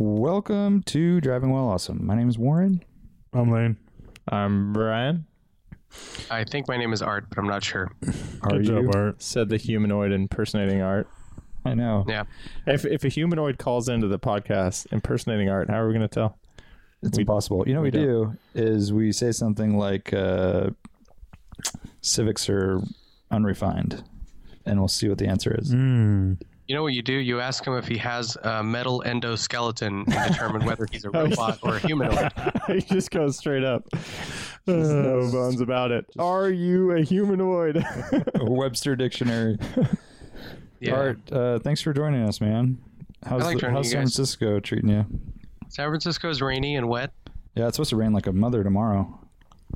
Welcome to Driving While Awesome. My name is Warren. I'm Lane. I'm Brian. I think my name is Art, but I'm not sure. How Good are job, you? Art. Said the humanoid impersonating art. I know. Yeah. If if a humanoid calls into the podcast impersonating art, how are we going to tell? It's impossible. You know what we do is we say something like uh, civics are unrefined, and we'll see what the answer is. Mm. You know what you do? You ask him if he has a metal endoskeleton and determine whether he's a robot or a humanoid. he just goes straight up. There's no bones about it. Are you a humanoid? Webster Dictionary. Yeah. Art, uh, thanks for joining us, man. How's, I like the- joining how's you San guys. Francisco treating you? San Francisco's rainy and wet. Yeah, it's supposed to rain like a mother tomorrow.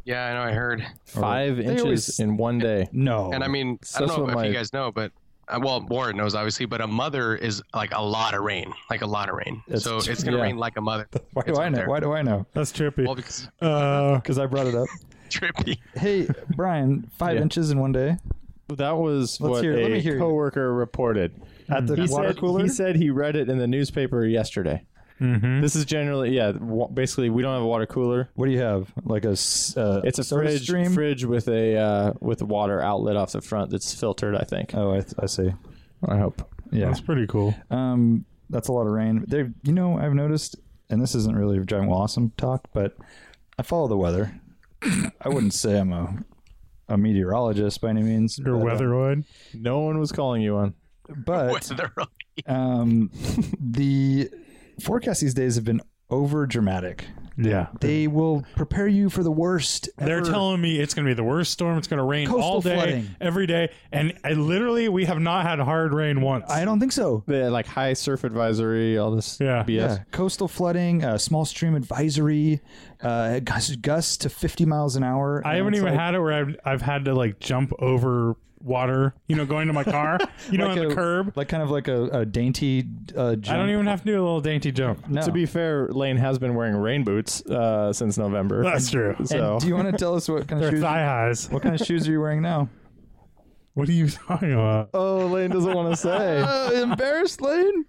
Yeah, I know. I heard. Five They inches always- in one day. No. And I mean, So I that's don't know what if my- you guys know, but uh, well, Warren knows obviously, but a mother is like a lot of rain, like a lot of rain. That's so true, it's gonna yeah. rain like a mother. why do It's I up know? there. Why do I know? That's trippy. Well, because Uh, Because I brought it up. it's trippy. hey, Brian, five Yeah. inches in one day That was what hear- let me a hear you. coworker reported. at the He water said, cooler. he said he read it in the newspaper yesterday. mhm. This is generally, yeah, wa- basically, we don't have a water cooler. what do you have? Like a s- uh, It's a soda fridge, stream. fridge with a uh, with a water outlet off the front that's filtered. I think. oh, I, th- I see. I hope. Yeah, That's pretty cool. um, that's a lot of rain. They, you know, I've noticed, and this isn't really giant well awesome talk, but I follow the weather. I wouldn't say I'm a a meteorologist by any means. Your but, uh, weatheroid. No one was calling you on. but Whether they're- um, the forecasts these days have been over dramatic. Yeah. They will prepare you for the worst. They're ever. telling me it's going to be the worst storm. It's going to rain Coastal all day, flooding. every day, and I literally we have not had hard rain once. I don't think so. They had, like high surf advisory, all this Yeah. BS. Yeah, coastal flooding, uh, small stream advisory, uh, gusts, gusts to 50 miles an hour. I and haven't it's even like- had it where I've I've had to like jump over water. You know, going to my car. You know, like on the a- curb. like kind of like a, a dainty. Uh, jump. I don't even have to do a little dainty jump. No. To be fair, Lane has been wearing rain boots uh, since November. That's true. so Do you want to tell us what kind of They're shoes? thigh highs. What kind of shoes are you wearing now? What are you talking about? oh, Lane doesn't want to say. Uh, embarrassed, Lane.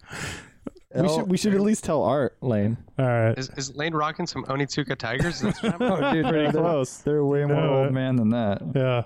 we should we should at least tell Art Lane. All right. Is, is Lane rocking some Onitsuka Tigers? That's what happened? Oh, dude, they're, close. They're way more know old it. man than that. Yeah.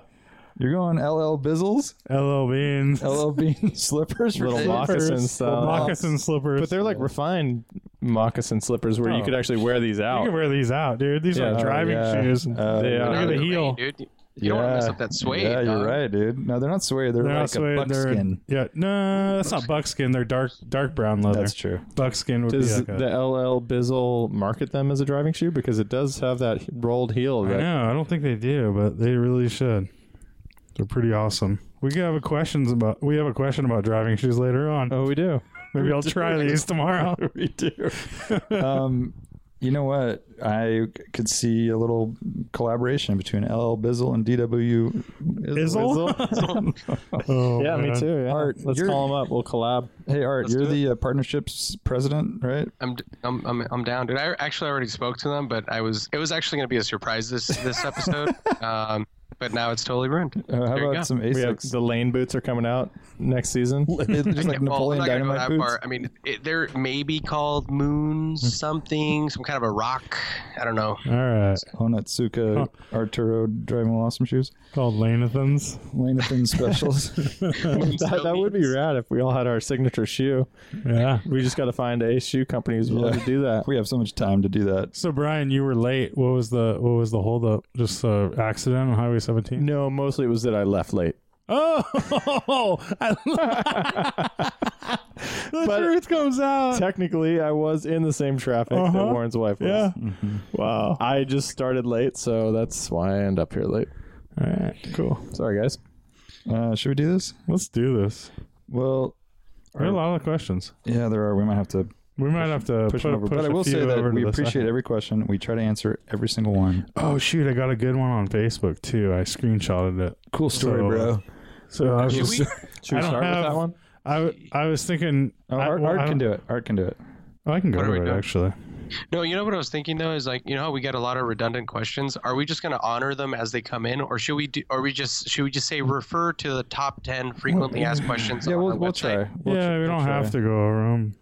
You're going LL Bizzles, LL Beans. LL Bean slippers, Little right? moccasin Slippers. style. Moccasin slippers. But they're like refined moccasin slippers where you could actually wear these You out. can wear these out, dude. These Oh. Yeah. Uh, are Oh, driving yeah. shoes. Oh, They Look are. at Another the heel. rain, dude. You you don't want to mess up that suede. Yeah, you're dog. right, dude. No, they're not suede. They're, They're like not suede. a they're buckskin. yeah. No, that's not buckskin. They're dark, dark brown leather. That's true. Buckskin would be Does like a- the LL Bizzle market them as a driving shoe because it does have that rolled heel? I That, know. I don't think they do, but they really should. They're pretty awesome. We could have a questions about. We have a question about driving shoes later on. oh, we do. Maybe I'll try these tomorrow. we do. Um, you know what? I could see a little collaboration between LL Bizzle and DW Izzle? Oh, Yeah, me man. too. Yeah. Art, Let's you're- call him up. We'll collab. Hey Art, Let's you're do the uh, partnerships president, right? I'm, d- I'm, I'm, I'm down, dude. I actually already spoke to them, but I was it was actually going to be a surprise this this episode, um, but now it's totally ruined. Uh, how There you about go. some We have Asics? the Lane boots are coming out next season. Just like Well, I'm Napoleon not gonna go Dynamite that boots. Hmm. far. I mean, it, they're maybe called moon something, some kind of a rock. I don't know. All right. Honatsuka Arturo driving while awesome shoes. Called Lanathans. Lanathan specials. that, that would be rad if we all had our signature shoe. Yeah. We just got to find a shoe company who's willing Yeah. to do that. we have so much time to do that. So Brian, you were late. What was the what was the holdup? Just uh, accident on Highway 17? No, mostly it was that I left late. Oh, I the But- truth comes out. Technically, I was in the same traffic that Uh-huh. Warren's wife was. yeah. Mm. Wow. I just started late, so that's why I end up here late. All right. Cool. Sorry, guys. Uh, should we do this? Let's do this. Well, There are a lot of questions. yeah, there are. We might have to We might have to push put, them over. push But I a will few say that over to we the appreciate side. every question. We try to answer every single one. Oh shoot! I got a good one on Facebook too. I screenshotted it. Cool story, bro. So I was Should we, just, Should we I don't start have- with that one? I, I was thinking. Oh, I, Art, well, I Art don't- can do it. Art can do it. I can go What are we over it doing? actually. no, you know what I was thinking though is like you know how we get a lot of redundant questions. Are we just going to honor them as they come in, or should we do? Or we just should we just say refer to the top ten frequently asked questions? Mm-hmm. Yeah, on we'll, our we'll website? try. We'll yeah, tr- we we'll don't try. have to go over them.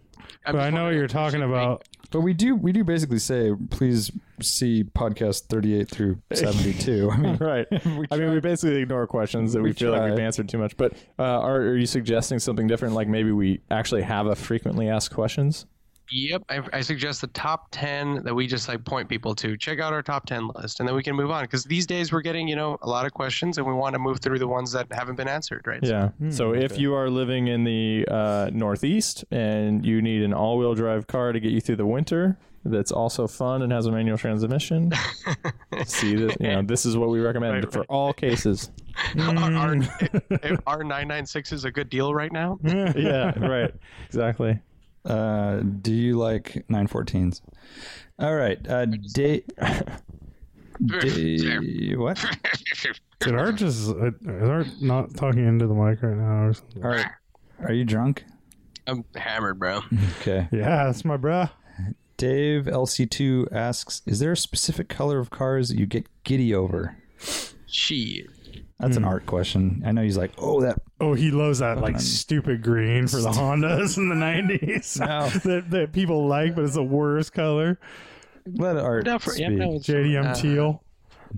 But I know I'm just what wondering you're if we talking should about. But we do we do basically say please see podcast 38 through 72. I mean, right. I mean, we basically ignore questions that we, We feel like we've try. answered too much. But uh, are, are you suggesting something different? Like maybe we actually have a frequently asked questions? make- Yep, I, I suggest the top ten that we just like point people to. Check out our top ten list, and then we can move on because these days we're getting you know a lot of questions, and we want to move through the ones that haven't been answered, right? So Yeah. so if you are living in the uh, Northeast and you need an all wheel drive car to get you through the winter, that's also fun and has a manual transmission. see this, you know, this is what we recommend Right, for all cases. R nine nine six is a good deal right now. Mm-hmm. yeah. Right. Exactly. uh, do you like 914s? All right. Uh, day, day what? Did Art just uh, is Art not talking into the mic right now or something? All right. Are you drunk? I'm hammered, bro. Okay. Yeah, that's my bruh. Dave LC2 asks, "Is there a specific color of cars that you get giddy over?" She. That's an art question. I know he's like, "Oh, that Oh, he loves that like stupid green for the Hondas in the nineties No. that that people like, but it's the worst color. let art No, for, yeah, speak." no, it's- JDM uh, teal.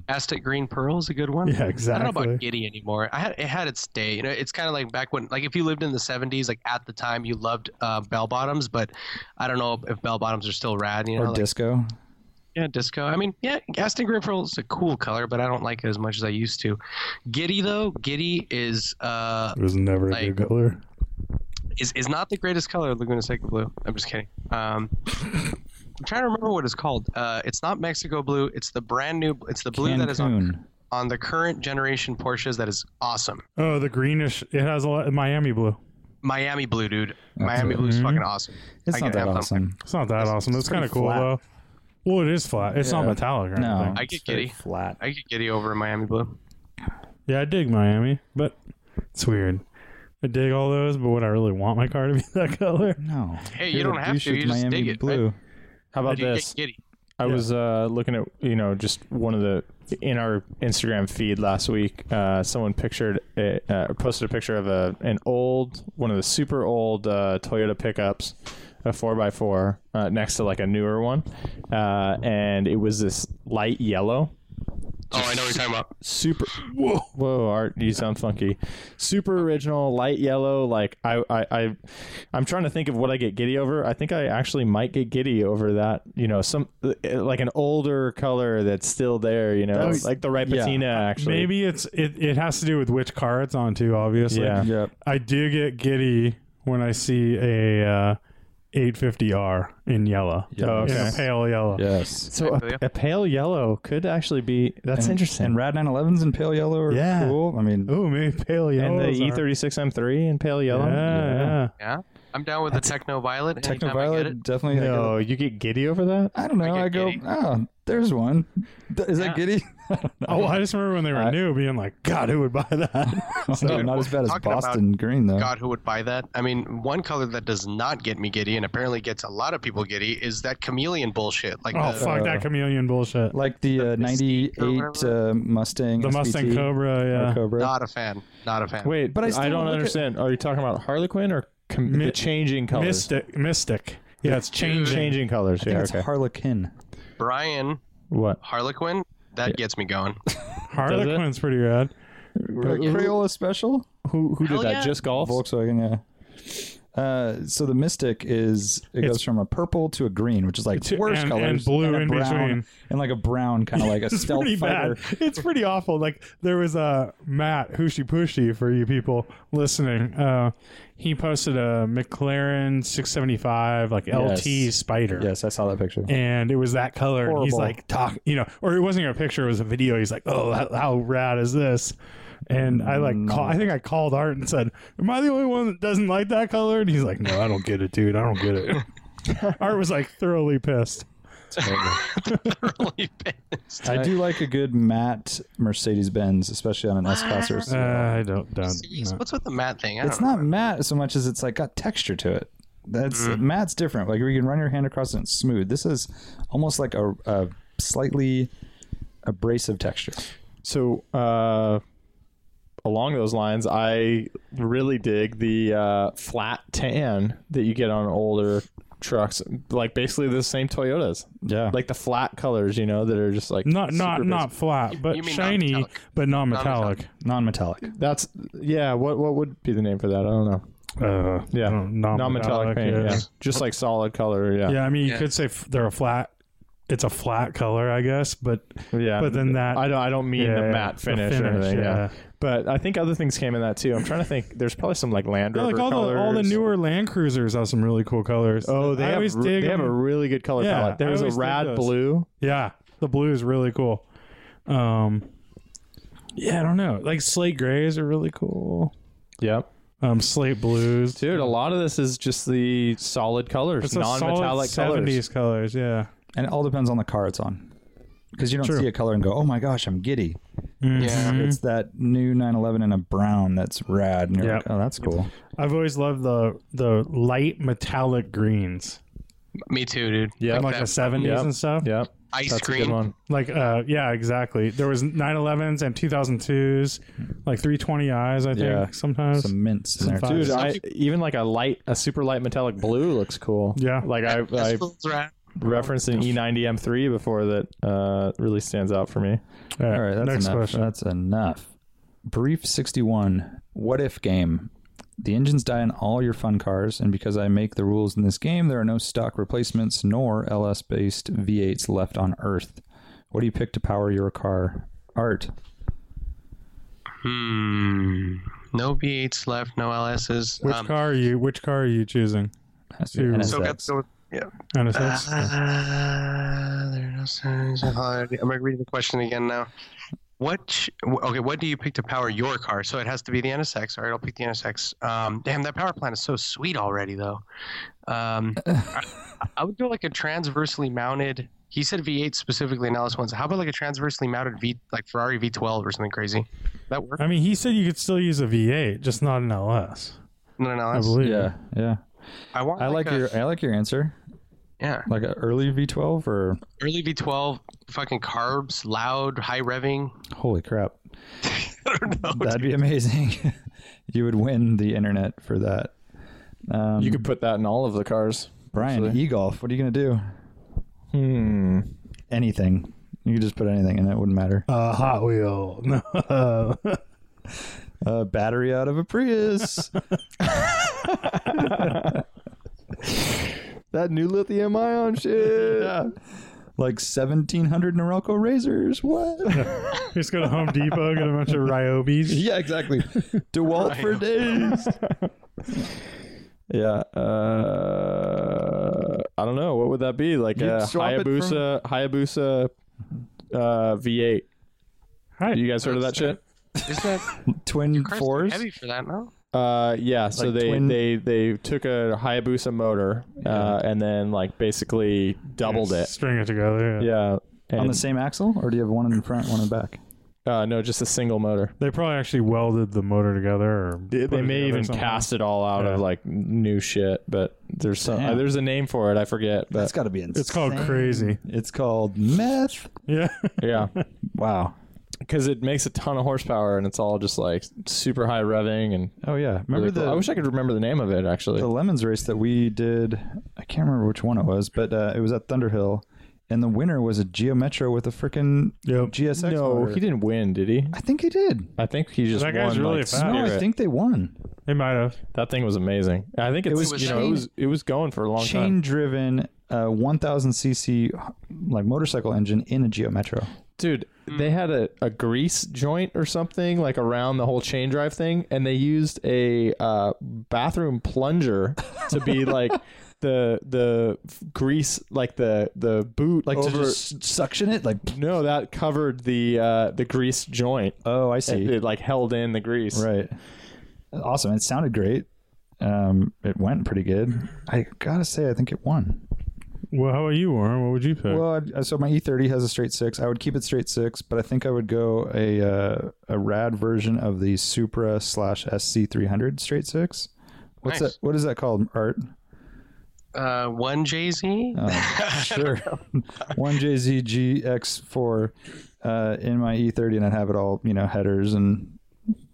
Aztec Green Pearl is a good one. Yeah, I don't know exactly. about Giddy anymore. I had it had its day. You know, it's kind of like back when, like if you lived in the '70s, like at the time you loved uh, bell bottoms, but I don't know if bell bottoms are still rad. You know, or like, disco. yeah, disco. I mean, yeah, Aztec Green Pearl is a cool color, but I don't like it as much as I used to. Giddy though, Giddy is uh It was never a Like- good color. is is not the greatest color. Laguna Seca blue. I'm just kidding. Um. I'm trying to remember what it's called. Uh, it's not Mexico blue. It's the brand new. It's the blue that is on Cancun. on the current generation Porsches that is awesome. Oh, the greenish. It has a lot Miami blue. Miami blue, dude. Miami blue is Mm-hmm. Mhm. fucking awesome. It's I not get that amped on- awesome. It's not that awesome. It's, kind of cool though. Well, it is flat. It's not Yeah. metallic. Or No, anything. I it's get very giddy. Flat. I get giddy over a Miami blue. Yeah, I dig Miami, but it's weird. I dig all those, but would I really want my car to be that color? No. Hey, you You're don't the have douche to, with you just dig it, blue. How about You get this? giddy. I was uh, looking at you know just one of the in our Instagram feed last week. Uh, someone pictured a, uh, posted a picture of a an old one of the super old uh, Toyota pickups, a four x four uh, next to like a newer one, uh, and it was this light yellow. Oh, I know what you're talking about. Super whoa whoa Art you sound funky, super original light yellow like I I, I I'm trying to think of what I get giddy over. I think I actually might get giddy over that. You know, some uh, like an older color that's still there. You know, That's- like the right yeah. patina actually. Maybe it's it, it has to do with which car it's on too, obviously. Yeah. Yep. I do get giddy when I see a uh, 850R in yellow. Yes. In a Oh, Okay. pale yellow. Yes. So a, a pale yellow could actually be. That's interesting. And rad 911s in pale yellow are Yeah. cool. I mean, Oh, maybe pale yellow. and the E E36 M3 in pale yellow. Yeah, yeah. Yeah, I'm down with the techno violet. techno Anytime I get it. violet definitely. I No, go- you get giddy over that. I don't know. I I, get go, giddy. oh, there's one. Th- Is Yeah. that giddy? I don't know. Oh, I just remember when they were new, being like, God, who would buy that? So Dude, not as bad as talking about- Boston green though. God, who would buy that? I mean, one color that does not get me giddy, and apparently gets a lot of people giddy, is that chameleon bullshit. Like, oh, the, fuck that chameleon bullshit. Like the, uh, Mystique or 98 uh, Mustang. The Mustang SBT Cobra, or yeah. Cobra. not a fan. Not a fan. Wait, But but I I, still don't look at- understand. Are you talking about Harlequin or com- Mi- the changing colors? Mystic. Mystic. Yeah, it's changing. Changing colors. I think Yeah. it's Okay. Harlequin. Brian what? Harlequin. That gets me going. Harlequin's pretty rad. Crayola special? Who who Oh, Hell did that? yeah. Just golf. Volkswagen, yeah. Uh, so the Mystic is it goes from a purple to a green, which is like To- worse and- colors, and blue a in brown, between. and like a brown kind of like a it's stealth pretty fighter. bad. It's pretty awful. Like there was a uh, Matt Hooshy Pushy for you people listening. Uh, he posted a McLaren 675 like LT Yes. Spider. Yes, I saw that picture. And it was that color. And he's Horrible. like, talk, you know, or it wasn't even a picture. It was a video. He's like, oh, how, how rad is this? And I like, Mm. call, I think I called Art and said, am I the only one that doesn't like that color? And he's like, no, I don't get it, dude. I don't get it. Art was like thoroughly pissed. Really pissed. I do like a good matte Mercedes Benz, especially on an S class or. Uh, C. I don't, don't. Jeez, What's with the matte thing? I It's don't know. not matte so much as it's like got texture to it. That's Mm-hmm. matte's different. Like where you can run your hand across it and it's smooth. This is almost like a, a slightly abrasive texture. So uh, along those lines, I really dig the uh, flat tan that you get on older trucks, like basically the same Toyotas, Yeah. like the flat colors, you know, that are just like Not super not basic. not flat, but you mean shiny, non-metallic. but non-metallic. non-metallic. That's yeah. What what would be the name for that? I don't know. Uh, Yeah, non- non-metallic paint. Yeah. yeah. just like solid color. Yeah, Yeah, I mean, you Yeah. could say f- they're a flat. It's a flat color, I guess, but Yeah. but then that I don't. I don't mean yeah, the yeah, matte the finish, or finish, anything. Yeah. yeah. but I think other things came in that too. I'm trying to think. There's probably some like Land Yeah, Rover like all colors. the all the newer Land Cruisers have some really cool colors. Oh, they I have always re- dig they have a them. really good color Yeah, palette. There I was a always dig rad those. blue. Yeah, the blue is really cool. Um, yeah, I don't know. Like slate grays are really cool. Yep. Um, slate blues. Dude, a lot of this is just the solid colors, It's a solid non-metallic colors. 70s colors. Yeah, And it all depends on the car it's on. Because you don't True. see a color and go, oh my gosh, I'm giddy. Yeah. It's that new 911 in a brown that's rad. And you're Yep. like, oh, that's cool. I've always loved the the light metallic greens, Me too, dude. Yeah, like that the 70s Yep. and stuff. Yep. ice That's a cream. good one. Like, uh, yeah, exactly. There was 911s and 2002s, like 320i's. I think Yeah. sometimes. Some mints in there, fun. too. Dude, I even like a light, a super light metallic blue looks cool. Yeah. Like I, I Pistols, right? referenced an E E90 M3 before that uh, really stands out for me. All right, that's next enough. question. That's enough. Brief 61. What if game? The engines die in all your fun cars, and because I make the rules in this game, there are no stock replacements nor LS based V8s left on Earth. What do you pick to power your car? Art. Hmm. No V8s left, no LSs. Which Um, car are you? Which car are you choosing? Has to be Dude. NSX. So we got to go with, yeah. NSX. Uh, there are no signs of holiday. I'm Uh, reading the question again now. What? sh- Okay, what do you pick to power your car? So it has to be the NSX. All right, I'll pick the NSX. Um, damn, that power plant is so sweet already, though. Um, I, I would go like a transversely mounted. He said V8 specifically in Alice ones. How about like a transversely mounted V, like Ferrari V12 or something crazy? That work? I mean, he said you could still use a V8, just not an LS. No, no, I that's- believe. Yeah, yeah. I want. I like, a- your I like your answer. yeah. Like an early V12 or Early V12, fucking carbs, loud, high revving. holy crap, I don't know. that'd be amazing. you would win the internet for that. Um, You could put that in all of the cars. Brian actually. e golf. What are you gonna do? Hmm. Anything. You could just put anything in it. Wouldn't matter. Uh, Hot Wheel. No. A battery out of a Prius. That new lithium ion shit. Oh, like seventeen hundred Norelco razors. What? just go to Home Depot, get a bunch of Ryobis. yeah, exactly. Dewalt for days. Yeah. Uh, I don't know. What would that be? Like You'd a swap it from- Hayabusa, Hayabusa uh, V8. Hi. You guys heard of that shit? Is that Twin car's too fours. heavy for that? No. Uh, yeah. so Like they, twin- they they took a Hayabusa motor uh, and then like basically doubled it. String it together. Yeah. Yeah. And, On the same axle, or do you have one in front, one in back? uh, no, just a single motor. They probably actually welded the motor together. Or They, put it may together even somehow. cast it all out Yeah. of like new shit, but there's some Damn. uh, there's a name for it. I forget, That's but got to be insane. It's called crazy. It's called meth. Yeah. yeah, Wow. because it makes a ton of horsepower and it's all just like super high revving and Oh yeah. Remember really cool. the I wish I could remember the name of it actually. the lemons race that we did i can't remember which one it was but uh, it was at thunderhill and the winner was a geo metro with a freaking Yep. gsx no, motor. he didn't win, did he? i think he did I think he just That guy's won, really like, fast. no i spirit. think they won They might have. that thing was amazing. I think was it's, you know it chain- was it was going for a long chain time, driven uh, 1000 cc like motorcycle engine in a geo metro dude. They had a, a grease joint or something like around the whole chain drive thing, and they used a uh, bathroom plunger to be like the the f- grease like the the boot like over. to just suction it like no, that covered the uh, the grease joint. oh i It, see it, like held in the grease. right awesome it sounded great um, it went pretty good i gotta say i think it won Well, how about you, Warren? What would you pick? Well, I'd- uh, so my E30 has a straight six. I would keep it straight six, but I think I would go a uh, a rad version of the Supra slash SC300 straight six. What's Nice. that? What is that called? Art? Um, Uh, one Jay Z. Uh, Sure. One JZ GX4 uh, in my E30, and I'd have it all, you know, headers and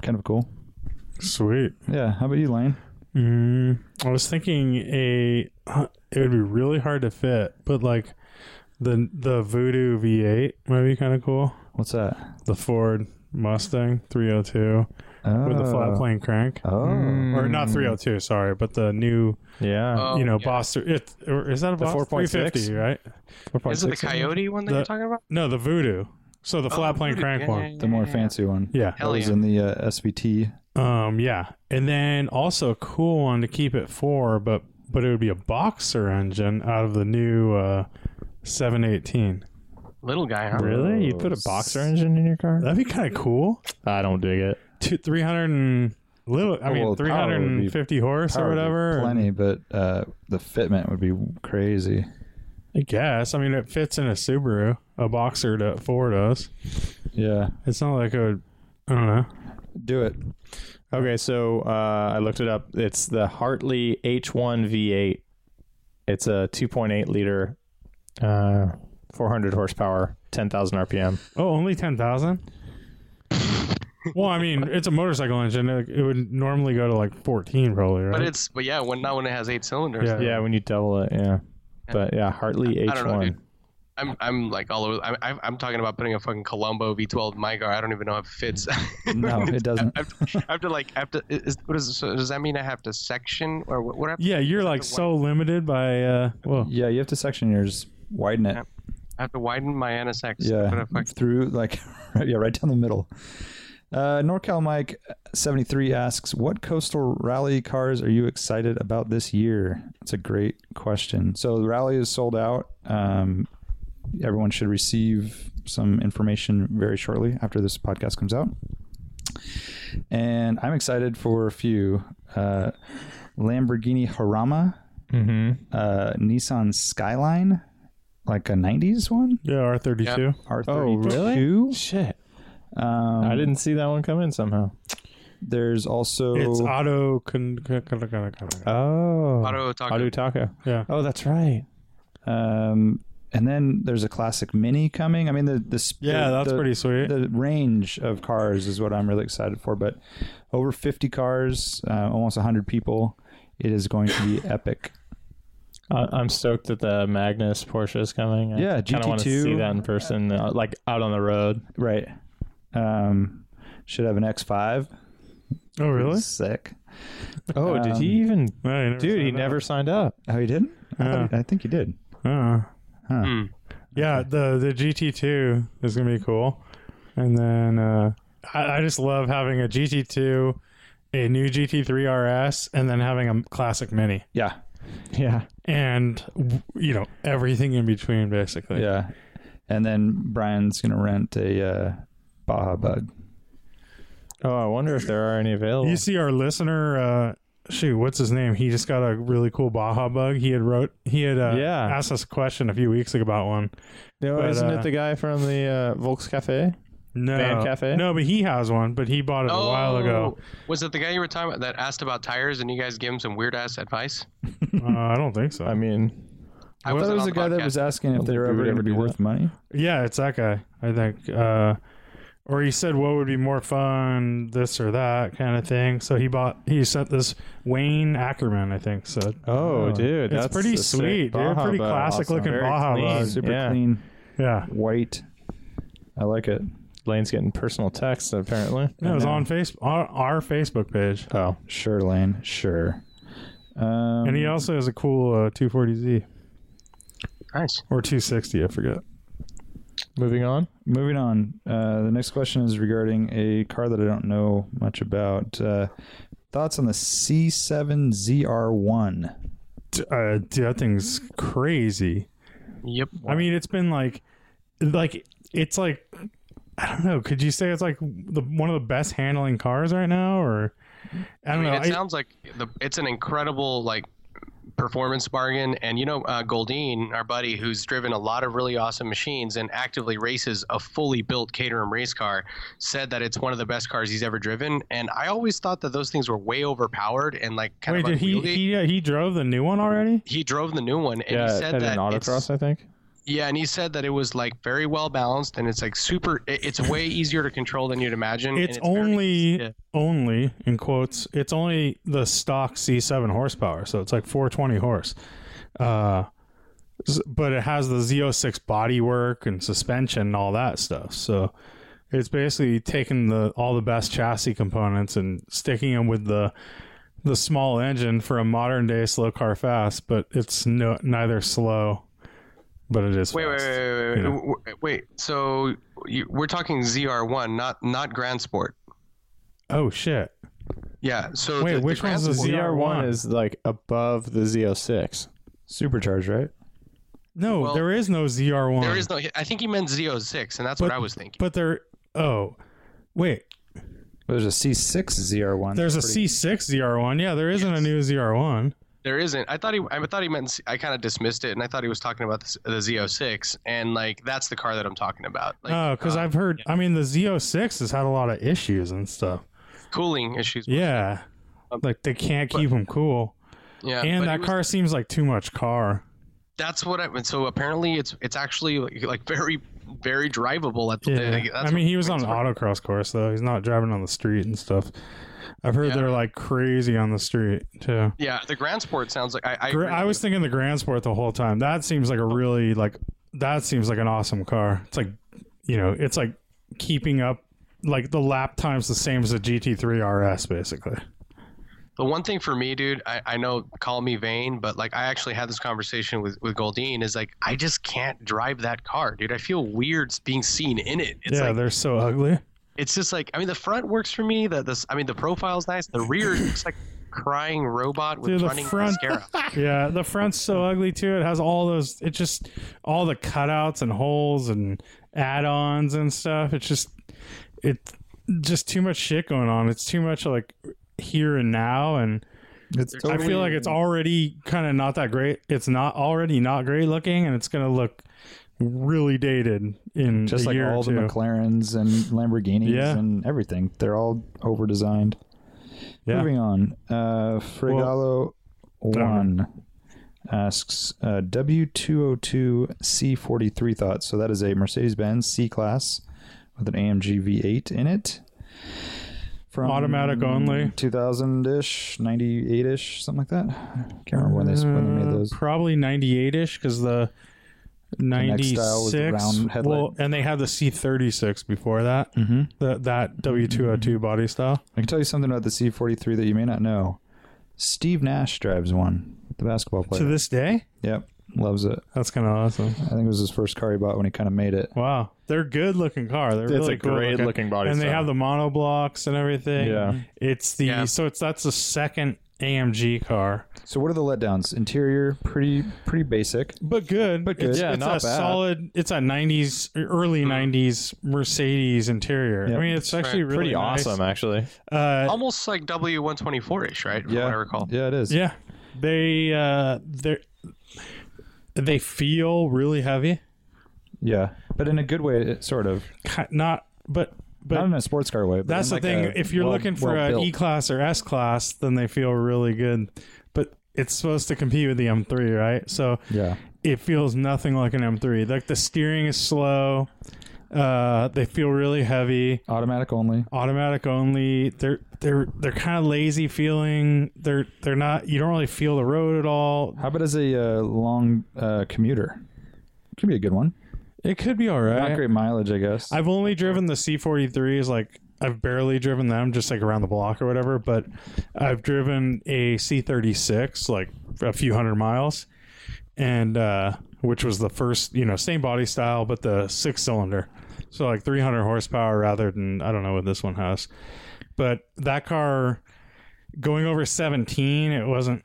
kind of cool. Sweet. Yeah. How about you, Lane? Mm, I was thinking a uh, it would be really hard to fit, but like the the Voodoo V8 might be kind of cool. What's that? The Ford Mustang 302 Oh. with a flat plane crank, Oh, or not 302, sorry, but the new Yeah. Oh, you know yeah. Boss. It or is that a The Boss 4.6? 350, right? Is it the coyote one that The- you're talking about? No, the Voodoo. So the flat plane Oh, Voodoo, crank yeah, yeah, one. yeah, the more yeah. fancy one. Yeah. that Hell was yeah. in the uh, SVT. Um, yeah, and then also a cool one to keep it for, but but it would be a boxer engine out of the new uh, 718. Little guy, huh? Really? You'd put a boxer engine in your car? That'd be kind of cool. I don't dig it. Two, 300 and little, I Oh, mean, well, the power would be- 350 horse or Power would be whatever. Plenty, but uh, the fitment would be crazy. I guess. I mean, it fits in a Subaru, a boxer to Ford does. Yeah, It's not like it would. I don't know. do it. Okay, so uh, I looked it up. It's the Hartley H1 V8. It's a 2.8 liter, uh, 400 horsepower, 10,000 RPM. Oh, only 10,000? well, I mean, it's a motorcycle engine. It, it would normally go to like 14, probably, right? But it's but yeah, when not when it has eight cylinders. Yeah. Yeah, when you double it, yeah. But yeah, Hartley Oh. I don't know, H1. dude. I'm I'm like all over. I'm I'm- I'm talking about putting a fucking Colombo V12 in my car. I don't even know if it fits. No, it doesn't. I have, to, I have to like I have to. Is, what is so does that mean? I have to section or what? what I, have to, Yeah, you're like so limited by uh well Yeah, you have to section yours, widen it. I have to widen my NSX. Put Yeah, a fuck- through like yeah, right down the middle. Uh, NorCal Mike seventy three asks, "What coastal rally cars are you excited about this year?" It's a great question. So the rally is sold out. Um, everyone should receive some information very shortly after this podcast comes out. And I'm excited for a few uh, Lamborghini Harama, Mm-hmm. uh, Nissan Skyline, like a '90s one. yeah R thirty two. R32. Oh, really? Shit. Um, I didn't see that one come in somehow. There's also It's auto con- con- con- con- con- con- Oh. Auto Taco. Auto Taco. yeah. Oh, that's right. um, and then there's a classic mini coming. I mean, the the sp- Yeah, that's the- pretty sweet. The range of cars is what I'm really excited for. But over 50 cars, uh, almost 100 people. It is going to be epic. I- I'm stoked that the Magnus Porsche is coming. I Yeah, kinda wanna GT2. see that in person, uh, like out on the road. Right. Um, should have an X5. oh really? Sick. Oh, did he Um, even? No, you Dude, he signed never signed up. Oh, he didn't? I thought Yeah. he- I think he did. up. Uh, Huh. Hmm. yeah, the the GT two is gonna be cool, and then uh I, I just love having a GT two, a new GT three RS, and then having a classic Mini, Yeah. Yeah. and w- you know everything in between basically. Yeah. And then Brian's going to rent a uh, Baja Bug. Oh, I wonder if there are any available. You see our listener, uh, shoot, what's his name? He just got a really cool Baja bug. He had wrote, he had uh, Yeah. asked us a question a few weeks ago about one. no, but, isn't uh, it the guy from the uh, Volks Cafe? No, Van Cafe? Oh. No, but he has one, but he bought it a while ago. Oh, Was it the guy you were talking about that asked about tires and you guys gave him some weird ass advice? uh, I don't think so. I mean, I I thought wasn't it was on the guy that podcast. was asking if they were think we ever going would to ever be do worth that. money. yeah, it's that guy. I think, uh, or he said what would be more fun, this or that kind of thing. So he bought, he sent this Wayne Ackerman, I think. So oh, dude, it's that's pretty a sick sweet, dude. Baja Pretty bug. classic looking Very Baja clean. bug. Super yeah. clean, yeah, white. I like it. Lane's getting personal texts apparently. No, it was on Facebook, on our Facebook page. Oh, Sure, Lane. Sure. Um, Mm. And he also has a cool uh, 240Z. Nice. or 260 i forget moving on. moving on. Uh, the next question is regarding a car that I don't know much about. Uh, thoughts on the C7ZR1? D- uh, dude, that thing's crazy Yep. i mean it's been like like it's like i don't know could you say it's like the one of the best handling cars right now or i I don't mean, know it I- sounds like the, it's an incredible like performance bargain. And you know, uh, Goldine, our buddy, who's driven a lot of really awesome machines and actively races a fully built Caterham race car, said that it's one of the best cars he's ever driven. And I always thought that those things were way overpowered and like kind wait did of he unwieldy. he, uh, he drove the new one already He drove the new one, and yeah, he said at that an it's- autocross, I think. Yeah, and he said that it was like very well balanced, and it's like super. it- It's way easier to control than you'd imagine. and it's, very only easy to- only in quotes it's only the stock c7 horsepower so it's like 420 horse Uh, s- but it has the Z06 bodywork and suspension and all that stuff. So it's basically taking the all the best chassis components and sticking them with the the small engine for a modern day slow car fast, but it's no neither slow, but it is Wait, wait, fast. wait, wait, wait, you know. w- w- wait. So you, we're talking ZR1, not not Grand Sport. Oh shit! Yeah. So Wait, the, which the Grand one's the Sport- Z- ZR1 is like above the Z06. Supercharged, right? No, Well, there is no ZR1. There is no. I think he meant Z06, and that's what I was thinking. but there. Oh, wait. Well, there's a C6 ZR1. There's a C6 ZR1. Yeah, there isn't a new ZR1. There isn't. I thought he. I thought he meant. Z- I kind of dismissed it, and I thought he was talking about the, the Z06, and like that's the car that I'm talking about. Like, oh, because uh, I've heard. I mean, the Z06 has had a lot of issues and stuff. cooling issues. Yeah, like they can't keep them cool, Um, Yeah, and but that it was- car seems like too much car. That's what I. and So apparently, it's it's actually like, like very very drivable at the. Yeah, like, I that's mean, what he was on an makes it- autocross course though. He's not driving on the street and stuff. I've heard they're like crazy on the street too. Yeah, the Grand Sport sounds like I. I, Gra- agree I with was thinking the Grand Sport the whole time. That seems like a really like that seems like an awesome car. It's like you know, it's like keeping up like the lap times the same as a GT3 RS basically. The one thing for me, dude, I, I know call me vain, but like I actually had this conversation with, with Goldine is like I just can't drive that car, dude. I feel weird being seen in it. It's yeah, like they're so ugly. it's just like I mean the front works for me. The this I mean the profile's nice. The rear looks like a crying robot with Dude, the running front- mascara. Yeah, the front's so ugly too. It has all those it just all the cutouts and holes and add-ons and stuff. It's just it's just too much shit going on. It's too much like here and now and It's I feel like it's already kind of not that great. It's not already not great looking, and it's gonna look really dated in just Mm, a like year all or the two. McLarens and Lamborghinis Yeah. and everything. They're all over designed. Yeah. Moving on. Uh, Fregallo one asks uh, W202C43 thoughts. So that is a Mercedes-Benz C-Class with an AMG V8 in it. From Automatic only. 2000 ish, 98 ish, something like that. Can't remember when they when they made those. Uh, probably ninety eight ish because the next ninety style was the six. round headlight. Well, and they had the C thirty six before that. Mm-hmm. The, that W two hundred two body style. I can tell you something about the C43 that you may not know. Steve Nash drives one, the basketball player. To this day, yep, loves it. that's kind of awesome. I think it was his first car he bought when he kind of made it. Wow, they're good looking car. They're It's really a cool great looking. looking body. and they style. have the monoblocks and everything. Yeah. it's the Yeah. so it's that's the second AMG car, So what are the letdowns? Interior, pretty pretty basic. but good. But good. It's, Yeah, it's not a bad. solid. It's a '90s, early '90s Mercedes interior. Yeah. I mean, it's actually really pretty nice. awesome actually. Uh, Almost like W124 ish, right? From Yeah, what I recall. Yeah, it is. yeah, they uh, they they feel really heavy. Yeah. but in a good way, it- sort of. Ki- Not, but but Not in a sports car way. But That's in the like thing. a if you're well- looking for an well-built. E class or S class, then they feel really good. But it's supposed to compete with the M3, right? So yeah, it feels nothing like an M3. Like the steering is slow. Uh, they feel really heavy. automatic only. Automatic only. They're they're they're kind of lazy feeling. They're they're not. You don't really feel the road at all. How about as a uh, long uh, commuter? Could be a good one. It could be all Not right. great mileage, I guess. I've only driven the C43s like I've barely driven them just like around the block or whatever, but I've driven a C36 like a few hundred miles and uh which was the first, you know, same body style but the 6 cylinder. So like 300 horsepower rather than I don't know what this one has. But that car going over 17, it wasn't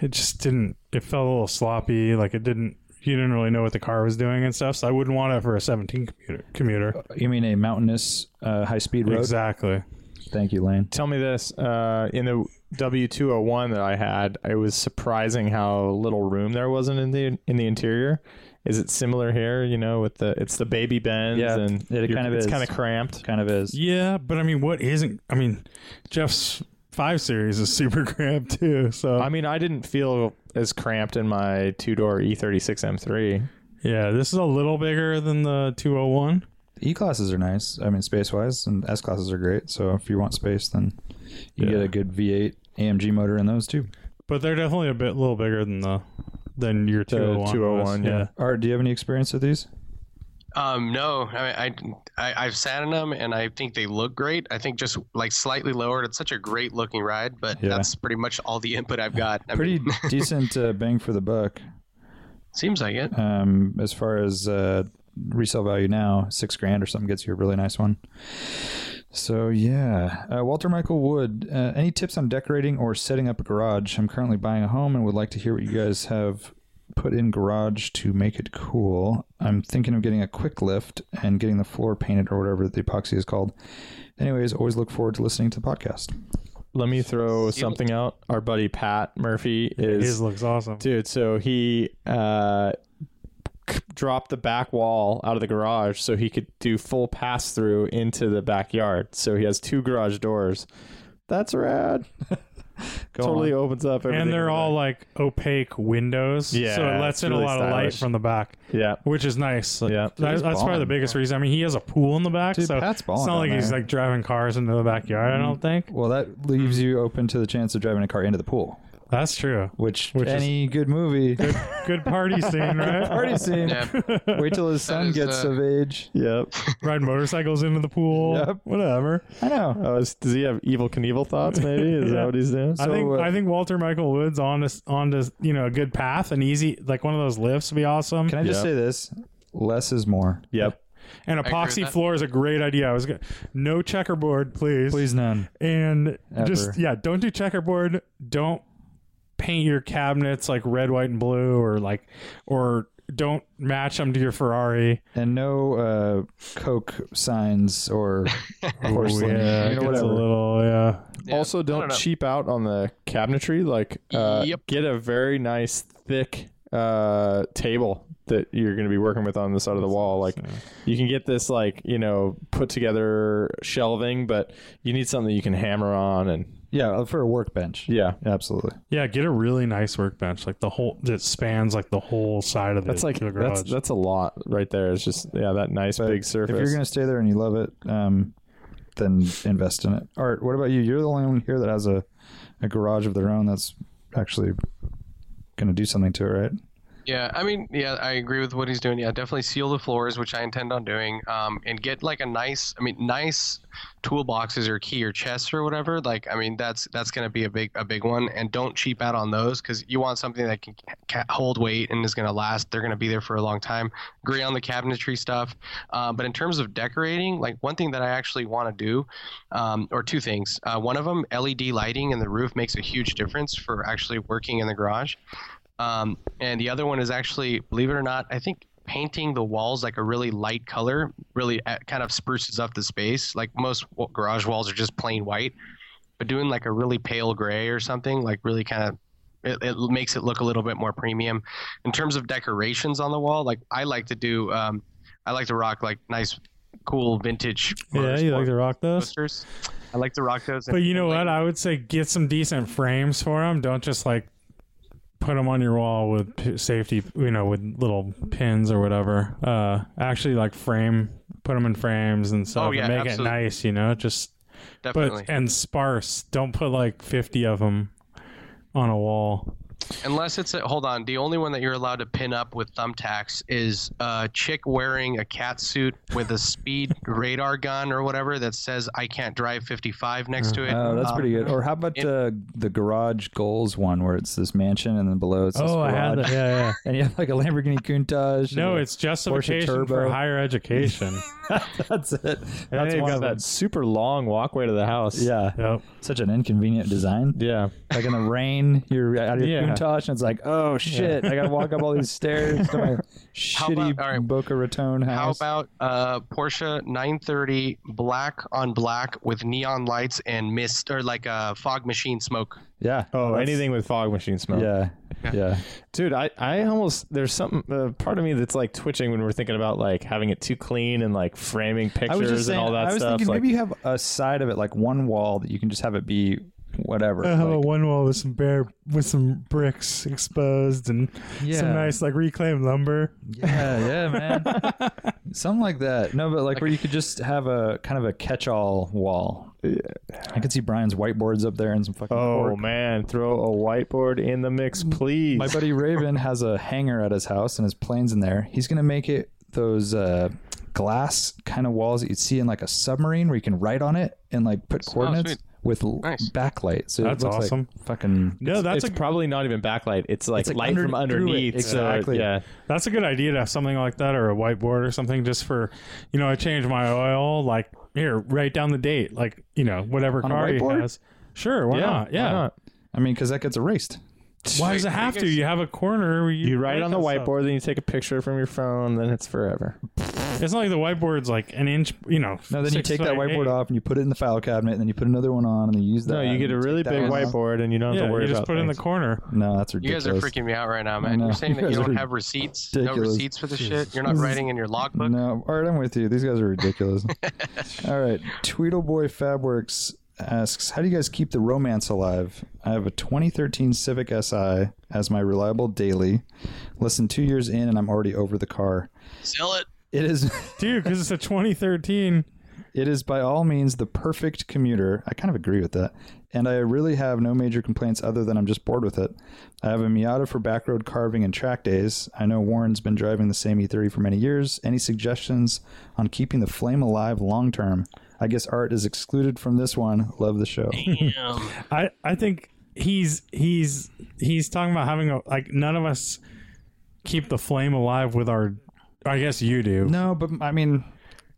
it just didn't it felt a little sloppy like it didn't you didn't really know what the car was doing and stuff, so I wouldn't want it for a 17 commuter. commuter. you mean a mountainous uh, high speed road? Exactly. Thank you, Lane. Tell me this: uh, in the W two hundred one that I had, it was surprising how little room there wasn't in the in the interior. Is it similar here? You know, with the it's the baby Benz, Yeah, and it you're- kind of it's is. kind of cramped. Kind of is. Yeah, but I mean, what isn't? I mean, Jeff's five series is super cramped too. So I mean, I didn't feel as cramped in my two door E thirty six M three. yeah, this is a little bigger than the 201. E classes are nice. I mean, space wise, and S classes are great. So if you want space, then you Yeah. get a good V8 AMG motor in those too. But they're definitely a bit little bigger than the than your The 201. was. 201, yeah. Art, do you have any experience with these? Um, no, I, mean, I, I, I've sat in them and I think they look great. I think just like slightly lowered. It's such a great looking ride, but Yeah. that's pretty much all the input I've got. I Pretty mean, decent uh, bang for the buck seems like it. um, as far as uh, resale value now. Six grand or something gets you a really nice one. So yeah, uh, Walter Michael Wood. Uh, any tips on decorating or setting up a garage? I'm currently buying a home and would like to hear what you guys have put in garage to make it cool. I'm thinking of getting a quick lift and getting the floor painted or whatever the epoxy is called. Anyways, always look forward to listening to the podcast. Let me throw something out. Our buddy Pat Murphy His is looks awesome. dude. So he uh, k- dropped the back wall out of the garage so he could do full pass through into the backyard. So he has two garage doors. That's rad. Go totally on. opens up. Everything and they're in the all back. like opaque windows. Yeah, So it it's lets in really a lot of light stylish. from the back, yeah. which is nice. Yeah. That- that's probably the balling. biggest reason. I mean, he has a pool in the back, Dude, so Pat's balling it's not down like he's there. like driving cars into the backyard. I Mm. don't think Well, that leaves you open to the chance of driving a car into the pool, that's true. which, Which is- any good movie Good party scene, right? party scene. Yeah. Wait till his son is, gets uh, of age. Yep. Ride motorcycles into the pool. Yep. Whatever. I know. Oh, is, does he have evil Knievel thoughts? Maybe is Yeah. that what he's doing? I think uh, I think Walter Michael Woods on to, on to you know a good path and easy like one of those lifts would be awesome. Can I just Yeah. say this? Less is more. Yep. and agree with epoxy that. floor is a great idea. I was gonna, no checkerboard, please. Please none. and just Ever. yeah, don't do checkerboard. Don't paint your cabinets like red, white, and blue, or like or don't match them to your Ferrari. And no uh, Coke signs or porcelain. Oh, yeah, you know, it's a whatever. little yeah. Yeah, also, I don't, know. cheap out on the cabinetry. Like, uh, Yep. get a very nice thick uh, table that you're going to be working with on the side of the wall. Like, you can get this like you know put together shelving, but you need something you can hammer on and yeah, for a workbench. yeah. Absolutely. Yeah, get a really nice workbench, like the whole that spans like the whole side of the, That's like the that's garage. that's a lot right there. It's just yeah that nice big surface. If you're going to stay there and you love it, um, then invest in it. Art, what about you? You're the only one here that has a, a garage of their own that's actually going to do something to it, right? Yeah, I mean, yeah, I agree with what he's doing. Yeah, definitely seal the floors, which I intend on doing, um, and get like a nice, I mean, nice toolboxes or key or chests or whatever. Like, I mean, that's that's going to be a big a big one, and don't cheap out on those because you want something that can ca- hold weight and is going to last. They're going to be there for a long time. Agree on the cabinetry stuff, uh, but in terms of decorating, like one thing that I actually want to do, um, or two things. Uh, one of them, LED lighting in the roof makes a huge difference for actually working in the garage. Um, and the other one is actually, believe it or not, I think painting the walls like a really light color really uh, kind of spruces up the space. Like most wa- garage walls are just plain white, but doing like a really pale gray or something, like really kind of. It, it makes it look a little bit more premium in terms of decorations on the wall like i like to do um, i like to rock like nice cool vintage yeah, you like to rock those. posters i like to rock those and But you know like- what? I would say get some decent frames for them. Don't just like put them on your wall with p- safety, you know, with little pins or whatever. Uh, actually, like frame, put them in frames and stuff, Oh, yeah, and make absolutely. it nice. You know, just definitely but and sparse. Don't put like fifty of them on a wall. Unless it's a, hold on, the only one that you're allowed to pin up with thumbtacks is a chick wearing a cat suit with a speed radar gun or whatever that says "I can't drive 55" next to it. Oh, that's Um, pretty good. Or how about uh, the garage goals one, where it's this mansion and then below it's this Oh, I had garage, that. Yeah, yeah. and you have like a Lamborghini Countach. No, and a- it's justification for Turbo. higher education. that's it. that's That's one of got them. that super long walkway to the house. Yeah, yep. such an inconvenient design. yeah. Like in the rain, you're out of your Yeah. Countach, and it's like, oh shit, I gotta walk up all these stairs to my shitty about- all right. Boca Raton How house. about uh, Porsche 930 black on black with neon lights and mist or like a fog machine smoke? yeah. Oh, that's- anything with fog machine smoke. Yeah, yeah. Dude, I, I almost there's something uh, part of me that's like twitching when we're thinking about like having it too clean and like framing pictures I was just saying. and all that I was stuff. thinking like, maybe you have a side of it, like one wall that you can just have it be whatever. I have a like- one wall with some bare with some bricks exposed and Yeah. some nice like reclaimed lumber. Yeah, yeah, man. Something like that. No, but like where you could just have a kind of a catch-all wall I could see Brian's whiteboards up there and some fucking. Oh cork. man, throw a whiteboard in the mix, please. My buddy Raven has a hangar at his house and his plane's in there. He's gonna make it those uh, glass kind of walls that you'd see in like a submarine where you can write on it and like put coordinates Oh, sweet. with l- Nice. backlight. So That's it looks awesome. Like fucking No, that's it's a probably not even backlight. It's like, It's like light under- from through it. underneath. so, Exactly. yeah. That's a good idea to have something like that or a whiteboard or something just for, you know, I change my oil, like here, write down the date, like, you know, whatever On a car he whiteboard? has. Sure, why not? Yeah. Why, Why, not? I mean, because that gets erased. does it have You to? guys- You have a corner where you, You write on the that stuff. whiteboard, then you take a picture from your phone, then it's forever. It's not like the whiteboard's like an inch, you know. No, then you six take by that whiteboard eight. off and you put it in the file cabinet, and then you put another one on and then you use that. No, you and get a take really that big one off. whiteboard, and you don't have to Yeah, worry you just about put it in the things. corner. No, that's You ridiculous. guys are freaking me out right now, I man. know. You're saying You that you guys don't are have receipts, no ridiculous. receipts for this shit. You're not writing in your logbook. No, all right, I'm with you. These guys are ridiculous. all right, Tweedleboy Fabworks asks, "How do you guys keep the romance alive?" I have a 2013 Civic Si as my reliable daily. Less than two years in, and I'm already over the car. Sell it. It is, Dude, because it's a 2013. it is by all means the perfect commuter. I kind of agree with that, and I really have no major complaints other than I'm just bored with it. I have a Miata for backroad carving and track days. I know Warren's been driving the same E30 for many years. Any suggestions on keeping the flame alive long term? I guess art is excluded from this one. Love the show. I I think he's he's he's talking about having a like none of us keep the flame alive with our. I guess you do. no, but I mean,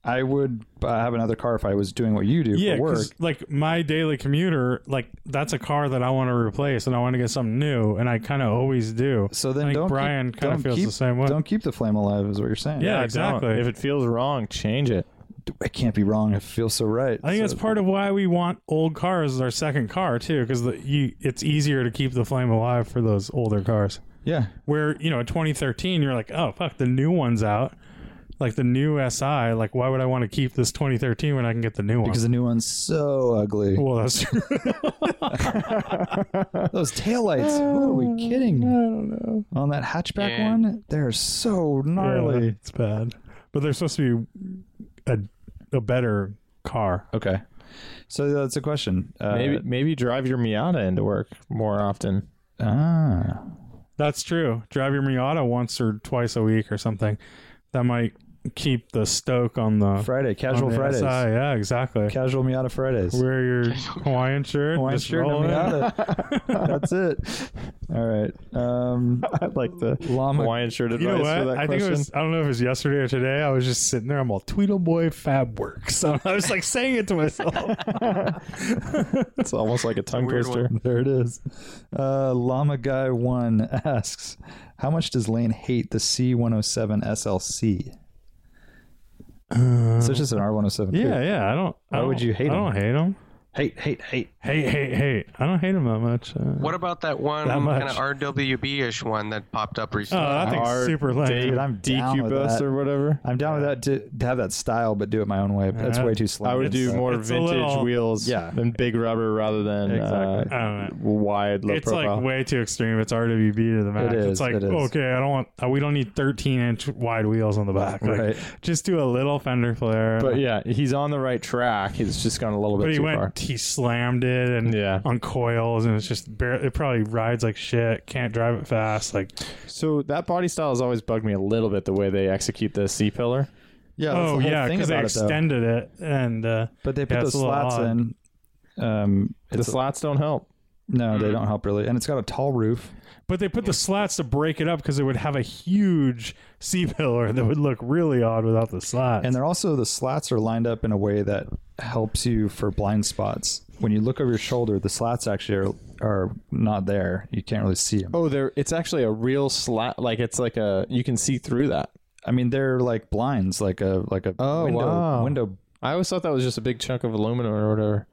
I would uh, have another car if I was doing what you do yeah, for 'cause, work. like my daily commuter, like that's a car that I want to replace and I want to get something new, and I kind of always do. So I then, think don't Brian keep- kind don't of feels keep- the same way. Don't keep the flame alive, is what you're saying. Yeah, Yeah, exactly. If it feels wrong, change it. it can't be wrong. It feels so right. I think So- that's part of why we want old cars as our second car too, because you it's easier to keep the flame alive for those older cars. yeah. Where you know, 2013, you're like, oh fuck, the new one's out, like the new SI. Like, why would I want to keep this 2013 when I can get the new one? Because the new one's so ugly. well, that's true. Those taillights. Who are we kidding? I don't know. On that hatchback Yeah. one, they're so gnarly. Yeah, it's bad. But they're supposed to be a, a better car. Okay. So that's a question. Uh, Maybe maybe drive your Miata into work more often. Ah. That's true. Drive your Miata once or twice a week or something. That might keep the stoke on the Friday, casual on the Fridays. SI. Yeah, exactly. Casual Miata Fridays. Wear your Hawaiian shirt. Hawaiian just shirt and a roll in. Miata. that's it. All right. Um, I like the Llama. Hawaiian shirt You advice know for what? that I think question. it was. I don't know if it was yesterday or today. I was just sitting there. I'm all Tweedleboy Fabworks. So I was like saying it to myself. it's almost like a tongue weird twister. There it is. Uh, Llama Guy One asks, "How much does Lane hate the C107 SLC?" so it's just an R107. coupe. Uh, yeah, yeah. I don't. I Why would don't- you hate I don't hate him. Hate, hate, hate. Hate, hate, hate. I don't hate him that much. Uh, What about that one That much. kind of RWB ish one that popped up Oh, recently? that thing's Our super lame. Dave Dude, I'm down DQ with bus that. or whatever. I'm down with that to, to have that style, but do it my own way. But that's Yeah. way too slow. I would do more it's a vintage little- wheels Yeah. than big rubber rather than Exactly. I uh, don't know. wide low It's profile. like way too extreme. It's RWB to the max. is, it's like it is. okay, I don't want. uh, We don't need 13 inch wide wheels on the back. Like, Right. Just do a little fender flare. but yeah, he's on the right track. He's just gone a little bit But he too went. far. He slammed it and Yeah. on coils, and it's just barely. It probably rides like shit. Can't drive it fast. Like So that body style has always bugged me a little bit. The way they execute the C pillar. Yeah. that's oh the whole yeah, thing because they about it, though. extended it, and uh, But they put Yeah, those it's a little slats odd. in. Um, The slats don't help. no, they don't help really, and it's got a tall roof. but they put the slats to break it up because it would have a huge C pillar that would look really odd without the slats. And they're also the slats are lined up in a way that helps you for blind spots. When you look over your shoulder, the slats actually are, are not there. You can't really see them. Oh, there. It's actually a real slat. Like it's like a you can see through that. I mean, they're like blinds, like a like a Oh, window wow. window. I always thought that was just a big chunk of aluminum or whatever,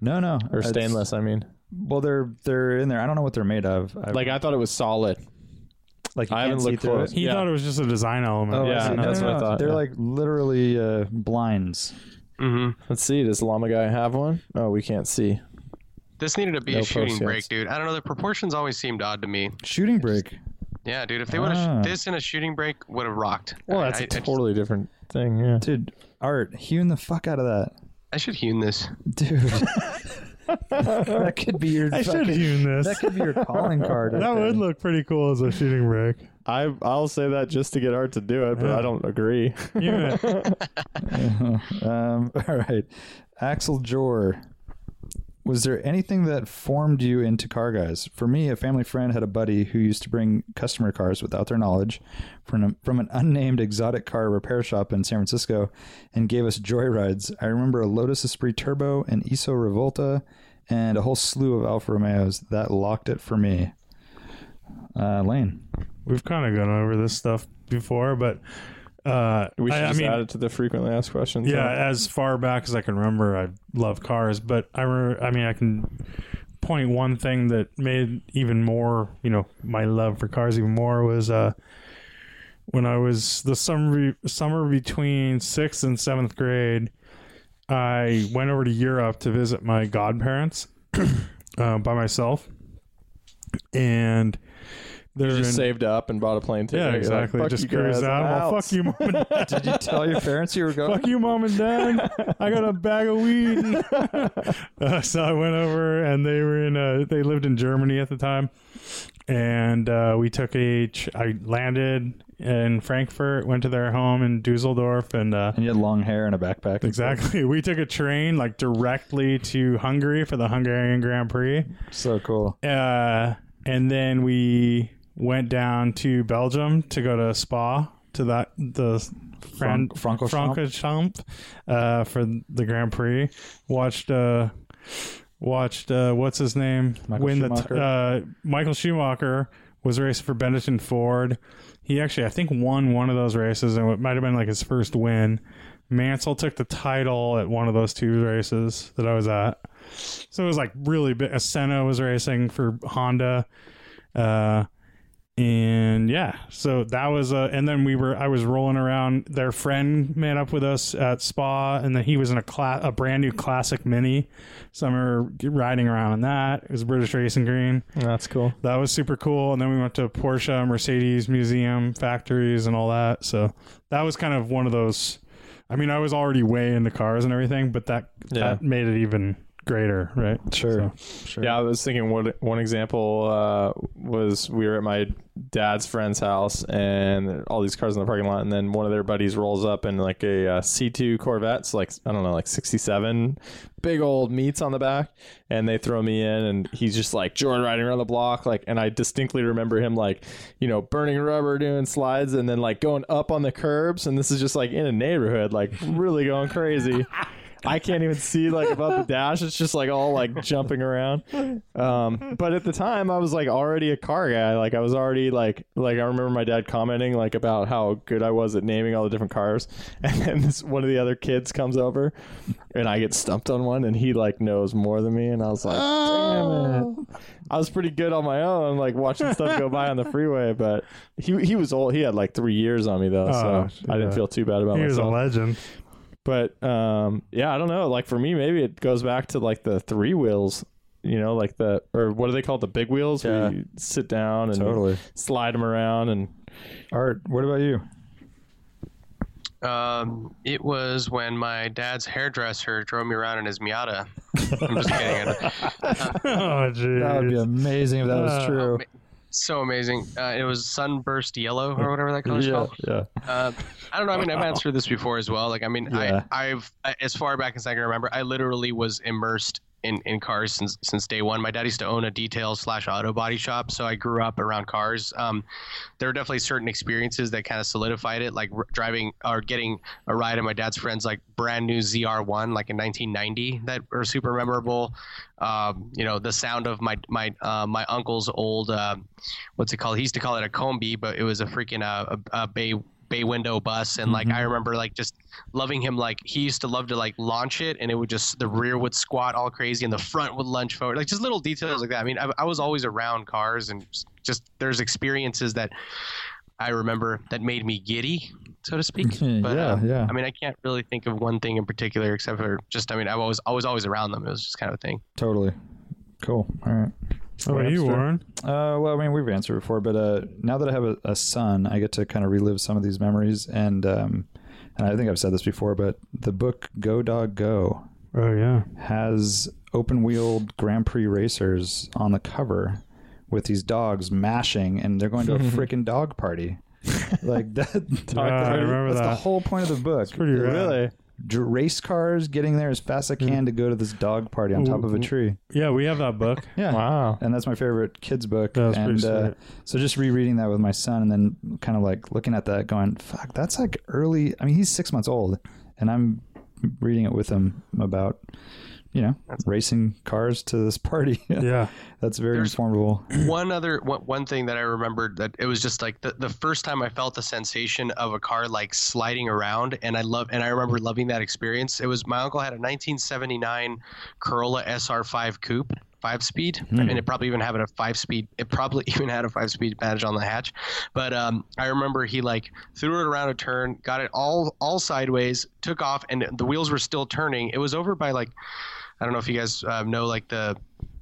No, no, or it's- stainless. I mean, Well, they're they're in there. I don't know what they're made of. I, like I thought it was solid. like you I haven't can't see looked through close. it. he yeah. thought it was just a design element. Oh, I Yeah, see. no, that's what I thought, They're yeah. like literally uh, blinds. hmm Let's see. Does Llama guy have one? Oh, we can't see. This needed to be No a shooting proceeds. break, dude. I don't know. The proportions always seemed odd to me. Shooting break. Yeah, dude. If they would have Ah. this in a shooting break, would have rocked. Well, that's I- a I just- totally different thing. Yeah. Dude, art, hewing the fuck out of that. I should hewn this. dude. that could be your. I should fucking- hewn this. That could be your calling card. That would look pretty cool as a shooting rig. I I'll say that just to get Art to do it, but Yeah. I don't agree. Unit. look. um, all right, Axel Jor. Was there anything that formed you into car guys? For me, a family friend had a buddy who used to bring customer cars without their knowledge from from an unnamed exotic car repair shop in San Francisco, and gave us joyrides. I remember a Lotus Esprit Turbo, an Iso Revolta, and a whole slew of Alfa Romeos. That locked it for me. Uh, Lane. We've kind of gone over this stuff before, but uh, We should I, I just mean, add it to the frequently asked questions. yeah, huh? as far back as I can remember, I love cars, but I remember, I mean, I can point one thing that made even more, you know, my love for cars even more was uh, when I was the summer summer between sixth and seventh grade. I went over to Europe to visit my godparents uh, by myself, and they're You in- just saved up and bought a plane ticket. Yeah, You're like, exactly. "Fuck Just you guys, cruise out. I'm Well, out." fuck you, mom and dad. Did you tell your parents you were going? fuck you, mom and dad. I got a bag of weed. uh, so I went over, and they were in. uh they lived in Germany at the time, and uh, we took a. Ch- I landed in Frankfurt, went to their home in Dusseldorf, and uh, And you had long hair and a backpack. exactly, we took a train like directly to Hungary for the Hungarian Grand Prix. So cool. Uh, and then we went down to Belgium to go to Spa to that the friend Fran- Francorchamps? Francorchamps, uh, for the Grand Prix. Watched uh, watched uh, what's his name Michael Schumacher? the t- uh, Michael Schumacher was racing for Benetton Ford. He actually I think won one of those races and it might have been like his first win. Mansell took the title at one of those two races that I was at. So it was like really big. Senna was racing for Honda. Uh, and yeah, so that was, uh, and then we were, I was rolling around. Their friend met up with us at Spa, and then he was in a class, a brand new classic mini. So I remember riding around in that. It was British Racing Green. That's cool. That was super cool. And then we went to Porsche, Mercedes Museum, factories, and all that. So that was kind of one of those. I mean, I was already way into cars and everything, but that Yeah. that made it even greater, right? Sure. Sure. Yeah, I was thinking one one example uh, was we were at my dad's friend's house and all these cars in the parking lot, and then one of their buddies rolls up in like a uh, C2 Corvette, so like I don't know, like '67, big old meats on the back, and they throw me in, and he's just like joyriding around the block, like, and I distinctly remember him like, you know, burning rubber, doing slides, and then like going up on the curbs, and this is just like in a neighborhood, like really going crazy. I can't even see like above the dash. It's just like all like jumping around. Um, but at the time, I was like already a car guy. Like I was already like like I remember my dad commenting like about how good I was at naming all the different cars. And then this one of the other kids comes over, and I get stumped on one, and he like knows more than me. And I was like, Oh. damn it. I was pretty good on my own, like watching stuff go by on the freeway. But he he was old. He had like three years on me though, so Oh, I didn't yeah. feel too bad about He was a myself legend. but um yeah i don't know like for me maybe it goes back to like the three wheels you know like the or what are they called the big wheels Yeah. where you sit down and Totally. slide them around and Art, what about you? Um, it was when my dad's hairdresser drove me around in his Miata. I'm just kidding. Oh, geez. That would be amazing if that was Uh, true. so amazing. Uh, it was sunburst yellow or whatever that color's yeah called. yeah Uh, I don't know. I mean, I've answered this before as well. Like, I mean, Yeah. I, I've as far back as I can remember, I literally was immersed in, in cars since since day one. My dad used to own a detail slash auto body shop, so I grew up around cars. Um, there were definitely certain experiences that kind of solidified it, like r- driving or getting a ride in my dad's friend's like brand new ZR1, like in 1990, that are super memorable. Um, you know, the sound of my my uh, my uncle's old uh, what's it called? He used to call it a combi, but it was a freaking uh, a, a bay bay window bus and like i remember like just loving him like he used to love to like launch it and it would just the rear would squat all crazy and the front would lunge forward like just little details like that i mean i, I was always around cars and just there's experiences that i remember that made me giddy so to speak but yeah, uh, yeah. i mean i can't really think of one thing in particular except for just i mean i was always always around them it was just kind of a thing Totally. Cool. All right. How about you, Hamster. Warren? Uh, well, I mean, we've answered before, but uh, now that I have a, a son, I get to kind of relive some of these memories. And um, and I think I've said this before, but the book Go Dog Go Oh yeah. has open wheeled Grand Prix racers on the cover with these dogs mashing, and they're going to a freaking dog party. like that. I remember that's the that. whole point of the book. Pretty rad. Really? Dr- race cars getting there as fast as I can to go to this dog party on top of a tree. Yeah, we have that book. Yeah. Wow. And that's my favorite kids book. That's pretty and uh, sweet. so just rereading that with my son and then kind of like looking at that going, fuck, that's like early. I mean, he's six months old and I'm reading it with him about, you know, racing cars to this party. yeah. that's very There's- informable. one other one, one thing that I remembered that it was just like the, the first time I felt the sensation of a car like sliding around and I love and I remember loving that experience. It was my uncle had a 1979 Corolla SR5 coupe, 5 speed Hmm. and it probably even had a 5 speed it probably even had a 5 speed badge on the hatch. But um, I remember he like threw it around a turn, got it all all sideways, took off and the wheels were still turning. It was over by like I don't know if you guys um, know like the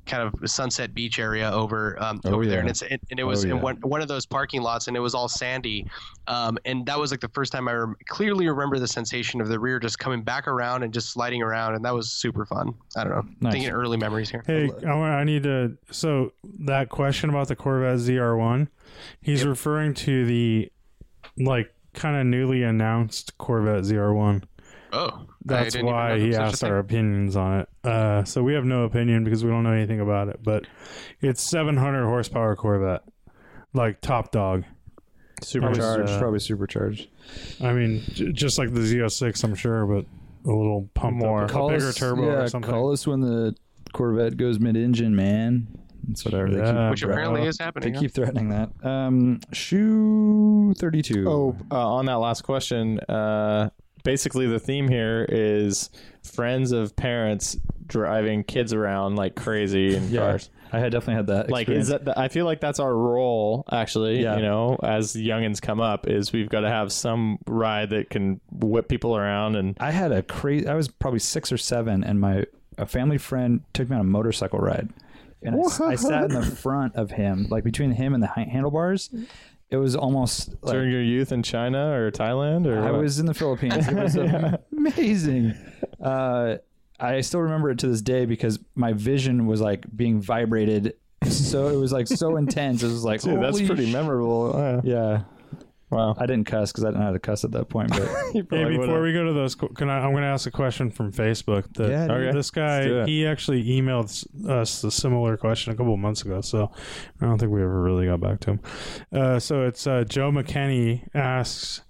kind of Sunset Beach area over um, Oh, over there, and yeah. it's and, and it was Oh, in yeah. one one of those parking lots, and it was all sandy, um, and that was like the first time I rem- clearly remember the sensation of the rear just coming back around and just sliding around, and that was super fun. I don't know, Nice. thinking early memories here. Hey, I, want, I need to. So that question about the Corvette ZR1, he's referring to the like kind of newly announced Corvette ZR1. Oh, I That's didn't even know why there he was such a asked thing. our opinions on it. Uh, so we have no opinion because we don't know anything about it. But it's 700 horsepower Corvette, like top dog. Supercharged, uh, probably supercharged. I mean, j- just like the Z06, I'm sure, but a little pump More. more, a bigger turbo yeah, or something. Call us when the Corvette goes mid engine, man. That's whatever they Yeah, keep. which bro. apparently is They happening. huh? keep threatening that. Um, shoe 32. Oh, uh, on that last question, uh, basically the theme here is friends of parents driving kids around like crazy in Yeah, cars. I had definitely had that. Like, is experience. that? I feel like that's our role, actually. Yeah. You know, as youngins come up, is we've got to have some ride that can whip people around and I had a crazy. I was probably six or seven, and my a family friend took me on a motorcycle ride, and I s- I, sat in the front of him, like between him and the hi- handlebars. It was almost like during your youth in China or Thailand or I what? was in the Philippines. It was amazing. Uh, I still remember it to this day because my vision was like being vibrated. So it was like so intense. It was like, Dude, that's holy pretty sh- memorable. Uh, Yeah, wow. I didn't cuss because I didn't know how to cuss at that point. But You Hey, probably before would've- we go to those, qu- can I? I'm going to ask a question from Facebook. That Yeah, dude. Okay. this Let's do guy, it. he actually emailed s- us a similar question a couple of months ago. So I don't think we ever really got back to him. Uh, so it's uh, Joe McKenney asks.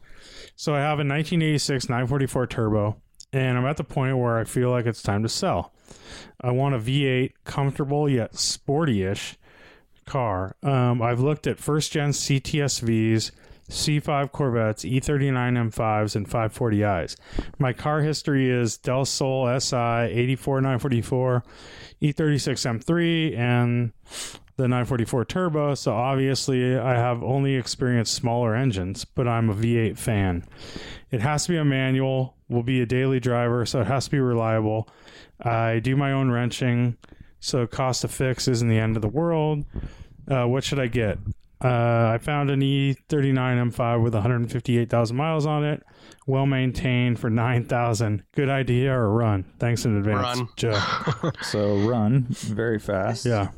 So I have a 1986 944 turbo, and I'm at the point where I feel like it's time to sell. I want a V8, comfortable yet sporty-ish car. Um, I've looked at first-gen CTSVs. C5 Corvettes, E E39 M5s, and 540Is. My car history is Del Sol SI 84944, E E36 M3, and the 944 Turbo. So obviously, I have only experienced smaller engines, but I'm a V8 fan. It has to be a manual, will be a daily driver, so it has to be reliable. I do my own wrenching, so cost of fix isn't the end of the world. Uh, what should I get? Uh, I found an E39 M5 with 158,000 miles on it. Well maintained for 9,000. Good idea or run? Thanks in advance, Run. Joe. so run very fast. Yeah.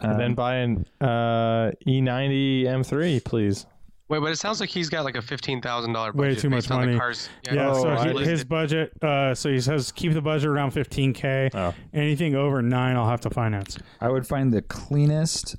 Um, then buy an uh, E90 M3, please. Wait, but it sounds like he's got like a fifteen thousand dollar Way budget too much based on the money. Cars. Yeah, Oh, so I he, his budget, uh, so he says keep the budget around 15K. Oh. Anything over nine, I'll have to finance. I would find the cleanest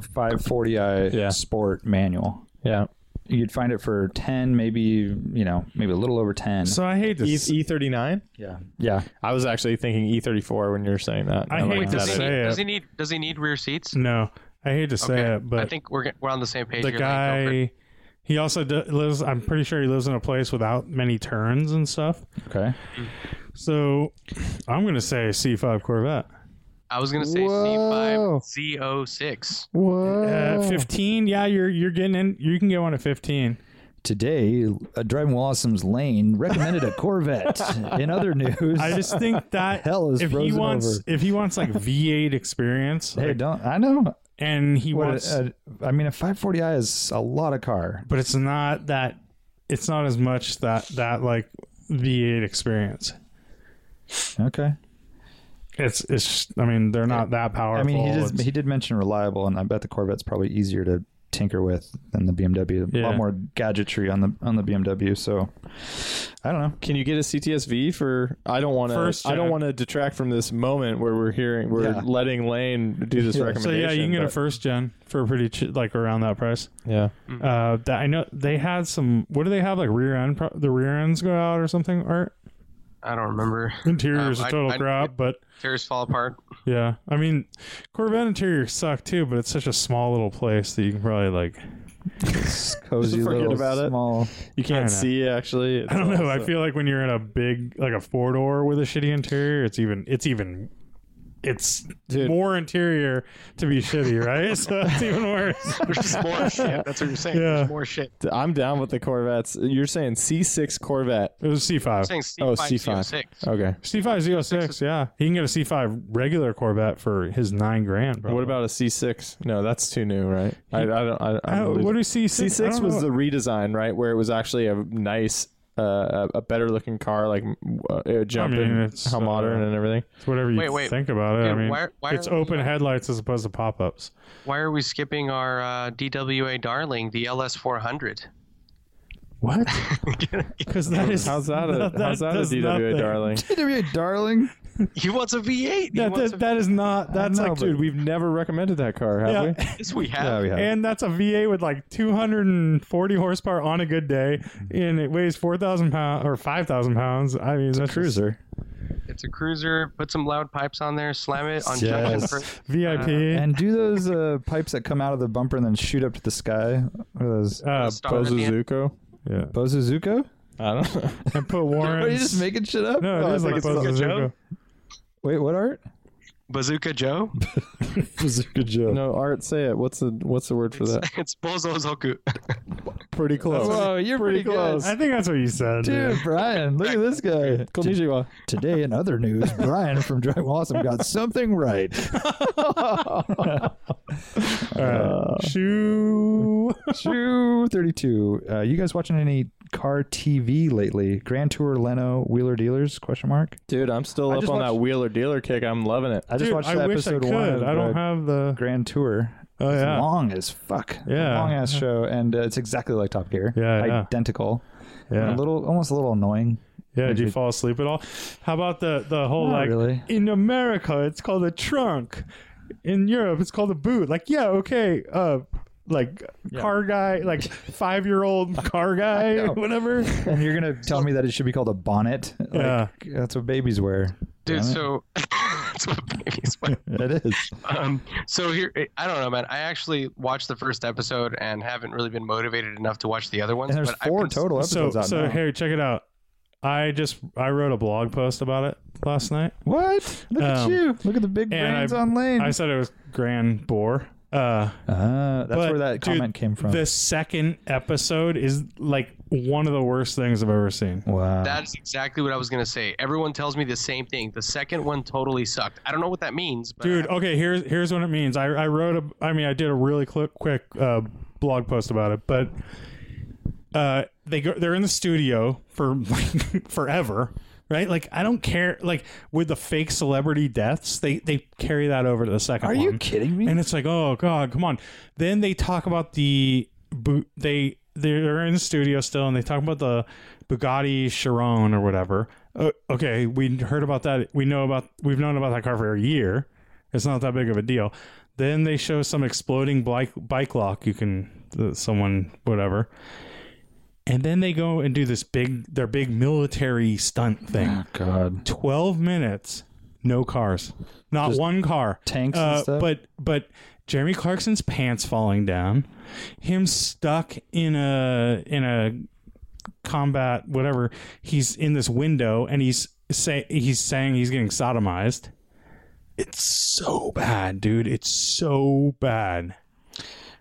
540i Yeah. sport manual. Yeah. You'd find it for 10, maybe, you know, maybe a little over 10. So I hate E- this. E39? yeah. Yeah. I was actually thinking E34 when you were saying that. I I'm hate like, to that is- does, he say it. need, does he need does he need rear seats? no, I hate to say Okay. it, but I think we're g- we're on the same page. the here, Lane. Go for it. guy, he also d- lives, I'm pretty sure he lives in a place without many turns and stuff. Okay. So I'm going to say C5 Corvette. I was gonna say Whoa. C oh five CO6. Whoa. Uh, 15, yeah, you're you're getting in. You can get one at 15. Today, uh, Driving Awesome's Lane recommended a Corvette. In other news, I just think that Hell is if he frozen wants over. if he wants like V8 experience, hey, like, don't I know? and he What, wants uh, I mean, a 540i is a lot of car. but it's not that it's not as much that that like V8 experience. Okay. It's it's. Just, I mean, they're not that powerful. I mean, he did, It's- he did mention reliable, and I bet the Corvette's probably easier to tinker with than the BMW. A Yeah. lot more gadgetry on the on the BMW. So I don't know. Can you get a CTSV for? I don't want First to. I don't gen. want to detract from this moment where we're hearing we're Yeah. letting Lane do this Yeah. So, yeah, so recommendation. yeah, you can get a but- first gen for pretty ch- like around that price. Yeah, Mm-hmm. Uh, that I know they had some. What do they have? Like rear end, pro- the rear ends go out or something. Or I don't remember. interior is Um, a I- total I- crap. But Tears fall apart. yeah, I mean, Corvette interior suck too. But it's such a small little place that you can probably like. Cozy forget little about it. small. you I can't don't know. see actually. It's I don't know. all- I feel like when you're in a big like a four door with a shitty interior, it's even it's even it's Dude. more interior to be shitty, right? so it's even worse. There's just more shit. That's what you're saying. Yeah. Oh, There's more shit. I'm down with the Corvettes. You're saying C6 Corvette. It was C I'm five. Oh. saying Oh, C5, C5. C5. Okay. C five Z 06, yeah. He can get a C five regular Corvette for his nine grand, bro. What about a C6? No, that's too new, right? I, I don't. I, I Uh, don't believe- what do C six? C6 was the redesign, right? Where it was actually a nice, uh, a a better looking car, like uh, it would jump I mean, in it's, how modern uh, and everything. whatever you Wait, wait. think about it. I Dude, mean, why- why it's are we- open headlights as opposed to pop ups. Why are we skipping our uh, DWA darling, the LS400? What? Because that is How's that? A, that- how's that a does DWA nothing. darling? PWA, darling. He wants a V8. He That, wants that, a, that is not. That's know, like, but- dude, Dude, we've never recommended that car, have Yeah. we? yes, we Yeah, have. we have. it. and that's a V8 with like 240 horsepower on a good day, and it weighs 4,000 pounds or 5,000 pounds. I mean, that's Cruiser. It's a cruiser. Put some loud pipes on there. Slam it Yes. on junction. For, just VIP. And do those uh, pipes that come out of the bumper and then shoot up to the sky? What are those? uh, Star at the end. Bozuzuko. yeah. Bozuzuko? I don't know. and put Warren's. Are you just making shit up? no, it Oh, is I like think Bazooka Bozo Zuko. Joe? Wait, what art? Bazooka Joe. Bazooka Joe. No, Art, say it. What's the what's the word for that? it's Bozo Zoku. Pretty close. Whoa, you're pretty, close. I think that's what you said. Dude, Brian, look at this guy. Konnichiwa. Today in other news, Brian from Drive Awesome got something right. Uh, All right. Shoo. Shoe 32. Uh, you guys watching any car TV lately? Grand Tour Leno Wheeler Dealers question mark? Dude, I'm still I up just on watched- that wheeler dealer kick. I'm loving it. I just Dude, watched I wish I episode could. one. of, I don't uh, have the. Grand Tour. Oh, It's yeah. long as fuck. Yeah. long ass show, and uh, it's exactly like Top Gear. Yeah, yeah. identical. Yeah. A little, almost a little annoying. Yeah, did you Did- fall asleep at all? How about the the whole Not like really. in America it's called a trunk, in Europe it's called a boot. Like yeah, okay, uh, like car guy, like five year old car guy, whatever. And you're gonna tell me that it should be called a bonnet? Like, Yeah. that's what babies wear. Dude, Damn it. so that's what babies wear. it is. Um, so here, I don't know, man. I actually watched the first episode and haven't really been motivated enough to watch the other ones. And there's but I've four been- total So episodes out so now. Harry, check it out. I just I wrote a blog post about it last night. what? Look at Um, you! Look at the big and brains I- on lane. I said it was grand bore. Uh, Ah, that's But, where that dude, comment came from. The second episode is like one of the worst things I've ever seen. wow. That's exactly what I was gonna say. Everyone tells me the same thing. The second one totally sucked. I don't know what that means, but dude okay here's here's what it means i, I wrote a i mean i did a really quick quick uh, blog post about it but uh they go they're in the studio for like forever right like i don't care like with the fake celebrity deaths they they carry that over to the second Are one you kidding me? and it's like oh god come on then they talk about the boot they they're in the studio still and they talk about the bugatti chiron or whatever uh, okay we heard about that we know about we've known about that car for a year it's not that big of a deal then they show some exploding bike bike lock you can uh, someone whatever and then they go and do this big their big military stunt thing God. 12 minutes no cars not one car Uh, tanks and stuff? but but jeremy clarkson's pants falling down him stuck in a in a combat whatever he's in this window and he's say he's saying he's getting sodomized it's so bad dude it's so bad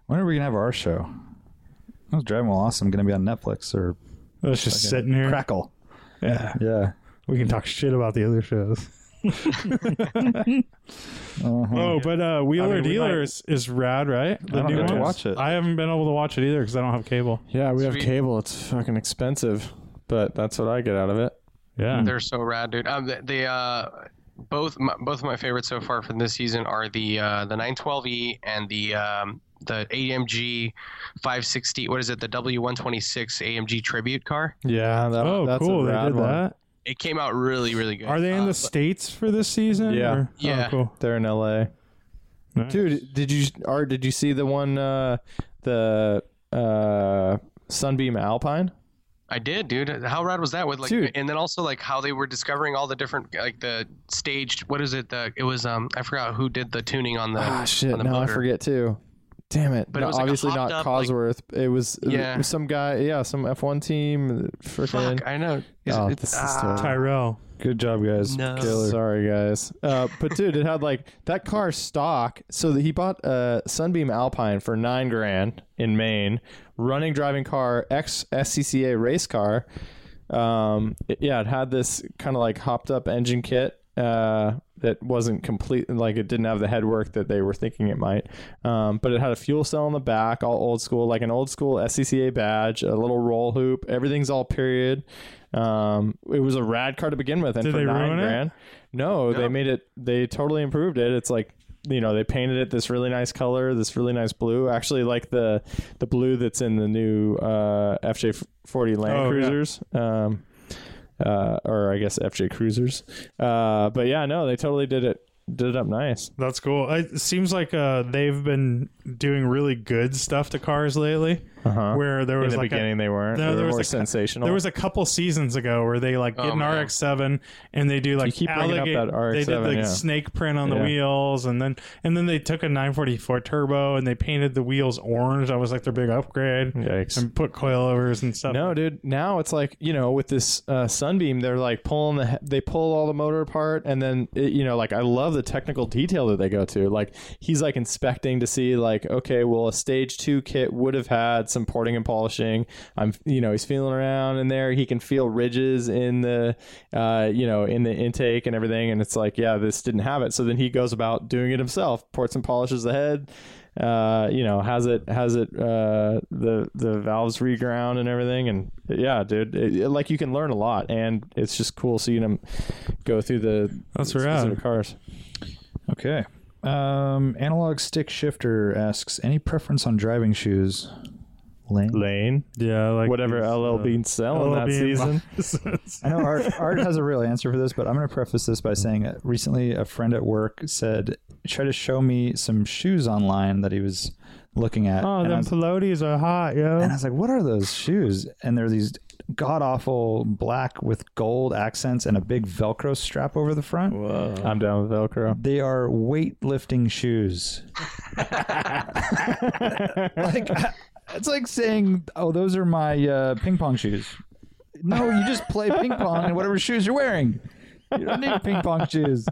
When are we gonna have our show? I was driving while awesome. Gonna be on Netflix or let's just sitting here Crackle? yeah Yeah. we can talk shit about the other shows Uh-huh. Oh, but uh, Wheeler I mean, we Dealer might- is, is rad, right? The don't new get to one? watch it. I haven't been able to watch it either because I don't have cable. Yeah, we have Sweet. cable. It's fucking expensive, but that's what I get out of it. Yeah. They're so rad, dude. Um, the, the uh, both my, both of my favorites so far from this season are the uh, the 912e and the um, the AMG 560. What is it? The W126 AMG tribute car. Yeah. That, Oh, that's cool. A They rad did one. that. It came out really, really good. Are they in Uh, the states for this season? Yeah. or- Yeah. Oh, cool. They're in L.A. Nice. Dude, did you or did you see the one uh the uh Sunbeam Alpine? I did, dude. How rad was that? With like, Dude. and then also like how they were discovering all the different like the staged. What is it? The it was um I forgot who did the tuning on the Ah shit, on the now I motor. forget too. Damn it. But it No, was, like, a obviously not hopped up, like- Cosworth. it was it Yeah. was some guy, yeah, some F1 team uh, freaking Fuck, I know. Is Oh, it, this is ah, terrible. Tyrell. Good job, guys. No. Killer. Sorry guys. Uh but dude, it had like that car stock so that he bought a Sunbeam Alpine for 9 grand in Maine, running driving car, ex SCCA race car. um it- yeah it had this kind of like hopped up engine kit uh that wasn't complete like it didn't have the headwork that they were thinking it might um but it had a fuel cell in the back all old school like an old school scca badge a little roll hoop everything's all period um it was a rad car to begin with and Did for they nine ruin it? grand no they made it they totally improved it it's like you know they painted it this really nice color this really nice blue actually like the the blue that's in the new uh fj40 land Oh, yeah. cruisers um uh, or I guess FJ Cruisers. Uh, but yeah, no, they totally did it did it up nice. That's cool. It seems like uh, they've been doing really good stuff to cars lately. Uh-huh. Where there In was the like a- beginning, they weren't. No, they were there was more a- sensational. There was a couple seasons ago where they like get Oh, an man. RX-7 and they do like keep bringing up alligat- that RX-7, They did like yeah. snake print on the Yeah. wheels, and then and then they took a 944 turbo and they painted the wheels orange. That was like their big upgrade, Yikes. and put coilovers and stuff. Mm. no, dude. Now it's like you know, with this uh, Sunbeam, they're like pulling the he- they pull all the motor apart, and then it, you know, like I love the technical detail that they go to. Like he's like inspecting to see like, okay, well, a stage two kit would have had some porting and polishing. I'm you know, he's feeling around in there. He can feel ridges in the uh, you know, in the intake and everything, and it's like, yeah, this didn't have it. So then he goes about doing it himself, ports and polishes the head uh, you know, has it has it uh, the the valves reground and everything, and yeah, dude, it, it- like you can learn a lot, and it's just cool seeing them go through the That's the rad. specific cars. Okay. Um, analog stick shifter asks any preference on driving shoes? Lane. Lane, yeah, like whatever these, LL uh, Bean's selling LL that Bean season. boxes. I know Art, Art has a real answer for this, but I'm going to preface this by saying that recently a friend at work said, try to show me some shoes online that he was looking at. oh, and, I them was, pelotes are hot, and I yo. was like, what are those shoes? And they're these god awful black with gold accents and a big Velcro strap over the front. I'm down with Velcro. They are weightlifting shoes. like I- it's like saying, "Oh, those are my uh, ping pong shoes." No, you just play ping pong in whatever shoes you're wearing. You don't need ping pong shoes.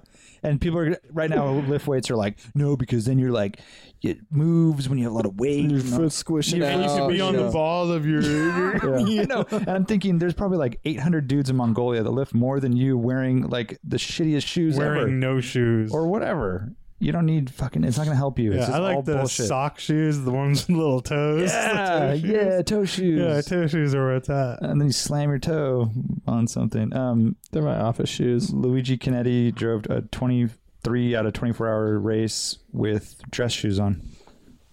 And people are right now lift weights are like, "No, because then you're like it moves when you have a lot of weight." and all- squishing And you You should should be on the ball of your. you know, and I'm thinking there's probably like 800 dudes in Mongolia that lift more than you wearing like the shittiest shoes ever Wearing no shoes. or whatever. You don't need fucking. It's not gonna help you. it's yeah, just I all like the bullshit. sock shoes, the ones with little toes. yeah, yeah, toe shoes. Yeah, toe shoes are where it's at. and then you slam your toe on something. Um, They're my office shoes. Luigi Canetti drove a 23 out of 24 hour race with dress shoes on.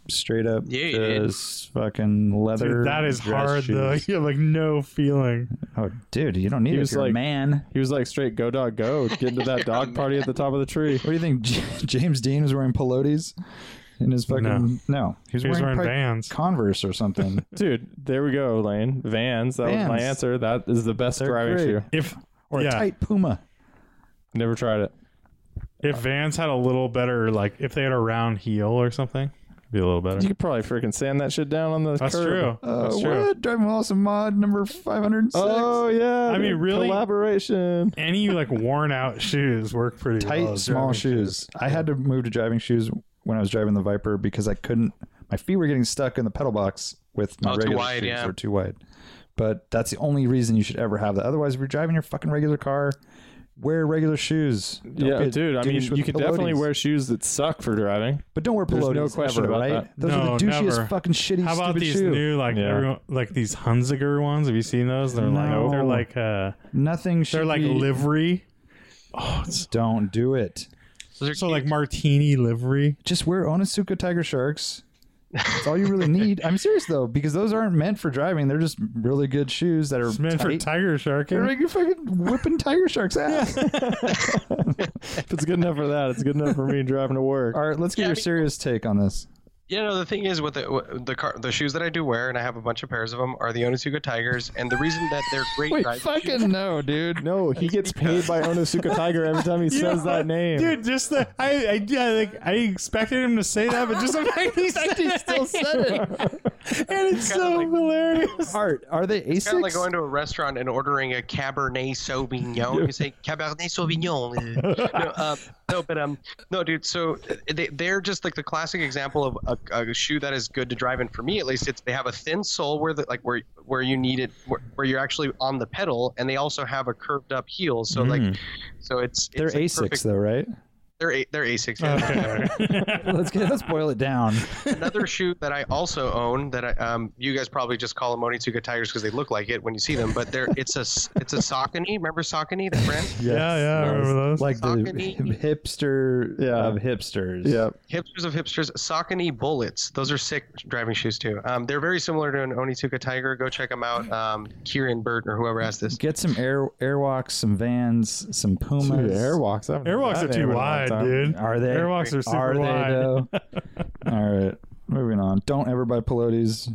Straight up, Yeah, he did. just fucking leather. Dude, that is dress hard though. shoes. You have like no feeling. Oh, dude, you don't need He it. was if You're a like- man. He was like straight go dog go, getting to that dog party at the top of the tree. What do you think? J- James Dean was wearing pelotes in his fucking no. No. he was He was wearing, wearing probably Vans. Converse or something. Dude, there we go, Lane. Vans. That was my Vans. answer. That is the best driving great. shoe. If Or yeah, a tight Puma. Never tried it. if Vans had a little better, like if they had a round heel or something, it'd be a little better. You could probably freaking sand that shit down on the That's curb. true. Uh, That's true. what? Driving while awesome mod number 506. Oh yeah. I mean, dude, really- collaboration. Any like worn out shoes work pretty tight, oh, well. as small driving shoes. I had to move to driving shoes when I was driving the Viper because I couldn't. My feet were getting stuck in the pedal box with my Oh, too regular wide, shoes. yeah. They were too wide. But that's the only reason you should ever have that. Otherwise, if you're driving your fucking regular car, Wear regular shoes. Don't be yeah, a dude. I mean, douche with you could definitely pelotes. wear shoes that suck for driving. but don't wear there's no pelotes. question ever, about right? that. Those are the No, douchiest never. fucking shitty How about stupid these shoe. new like Yeah. everyone, like these Hunziger ones? Have you seen those? They're No. like they're like uh Nothing should they're like be- livery. Don't do it. Those are So cute. like martini livery. Just wear Onitsuka Tiger Sharks. That's all you really need. I'm serious though, because those aren't meant for driving. They're just really good shoes that are It's meant for tight. tiger They're sharking. like you're fucking whipping Tiger Sharks ass. If it's good enough for that, it's good enough for me driving to work. All right, let's get Yeah, I your mean- serious take on this. Yeah, no. The thing is, with the with the car, the shoes that I do wear, and I have a bunch of pairs of them, are the Onitsuka Tigers, and the reason that they're great Wait, driving shoes. fucking no, dude. No, he gets paid by Onosuka Tiger every time he says know that name. Dude, just the I I, yeah, like, I expected him to say that, but just the fact he said He still said it. it, and it's Kinda so like- hilarious. Art, are they Asics? Kind of like going to a restaurant and ordering a Cabernet Sauvignon. You say Cabernet Sauvignon. no, uh, no, but um, no, dude. So uh, they, they're just like the classic example of a, a shoe that is good to drive in. For me, at least, it's they have a thin sole where the like where where you need it, where, where you're actually on the pedal, and they also have a curved up heel. So like, so it's, Mm. They're it's like Asics perfect- though, right? They're a, they're Asics. Yeah. Okay. Let's get let's boil it down. Another shoe that I also own that I, um, you guys probably just call them Onitsuka Tigers because they look like it when you see them, but they're it's a s- it's a Saucony. Remember Saucony, that brand? yeah, yeah, I remember those. Like the Saucony. hipster Yeah. of hipsters. Yeah. Hipsters of hipsters, Saucony Bullets. Those are sick driving shoes too. Um, they're very similar to an Onitsuka Tiger. Go check them out. Um, Kieran Burton or whoever asked this. Get some air airwalks, some vans, some pumas. Dude, airwalks. I haven't heard Airwalks that are name too in a long wide, time. dude. Are they? Airwalks um, are super are they wide. though? All right, moving on. Don't ever buy Pilates.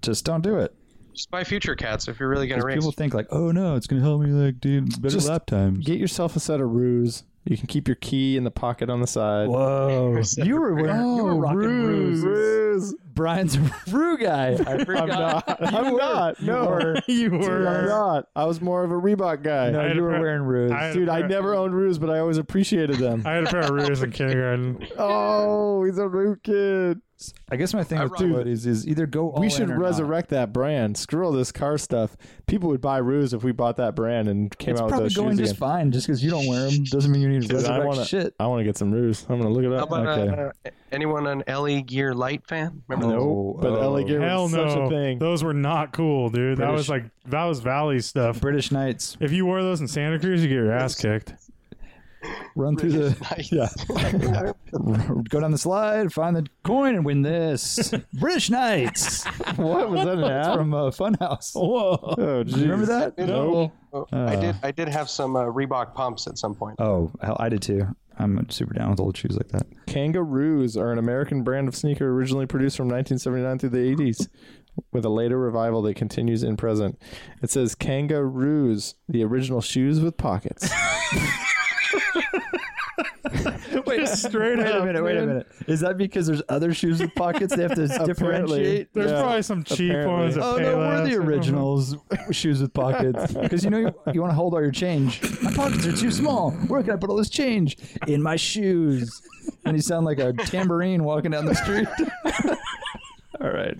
Just don't do it. Just buy Future Cats if you're really gonna 'Cause race. People think like, oh no, it's gonna help me like do better Just- lap times. Get yourself a set of ruse. You can keep your key in the pocket on the side. Whoa, you were wearing, you were rocking ruse. ruse. Ruse. Brian's a rue guy. I I'm not. I'm not. No. you Dude, I'm were. not. I was more of a Reebok guy. no, had you a were pair- wearing ruse. I had a Dude, I pair- never owned ruse, but I always appreciated them. I had a pair of rears in kindergarten. Oh, he's a rue kid. I guess my thing I with rock- Pilates is either go. All we in should or not. resurrect that brand. Screw all this car stuff. People would buy ruse if we bought that brand and came It's out with probably those going shoes just again. fine. Just because you don't wear them doesn't mean you need to Dude, I resurrect wanna- shit. I want to get some ruse. I'm gonna look it How up. about okay. uh, anyone an LE Gear Light fan? Remember No. those? Oh, no, but oh. LA Gear Hell was no. such a thing. Those were not cool, dude. That was like that was Valley stuff. British Knights If you wore those in Santa Cruz, you get your ass kicked. run through the yeah. go down the slide, find the coin, and win this. British Knights what was that an ad? from uh, Funhouse. Whoa! Oh, Do you remember jeez. that? No. Oh, I did I did have some uh, Reebok pumps at some point. Oh, hell, I did too. I'm super down with old shoes like that. Kangaroos are an American brand of sneaker originally produced from 1979 through the 80s, with a later revival that continues in present. It says Kangaroos, the original shoes with pockets. Wait, Straight wait up, a minute, wait a man. minute. Is that because there's other shoes with pockets they have to differentiate? There's Yeah, probably some cheap apparently. ones. that Oh pay no, we're less. the originals. shoes with pockets, because you know you, you want to hold all your change. My pockets are too small. Where can I put all this change? In my shoes. And you sound like a tambourine walking down the street. all right.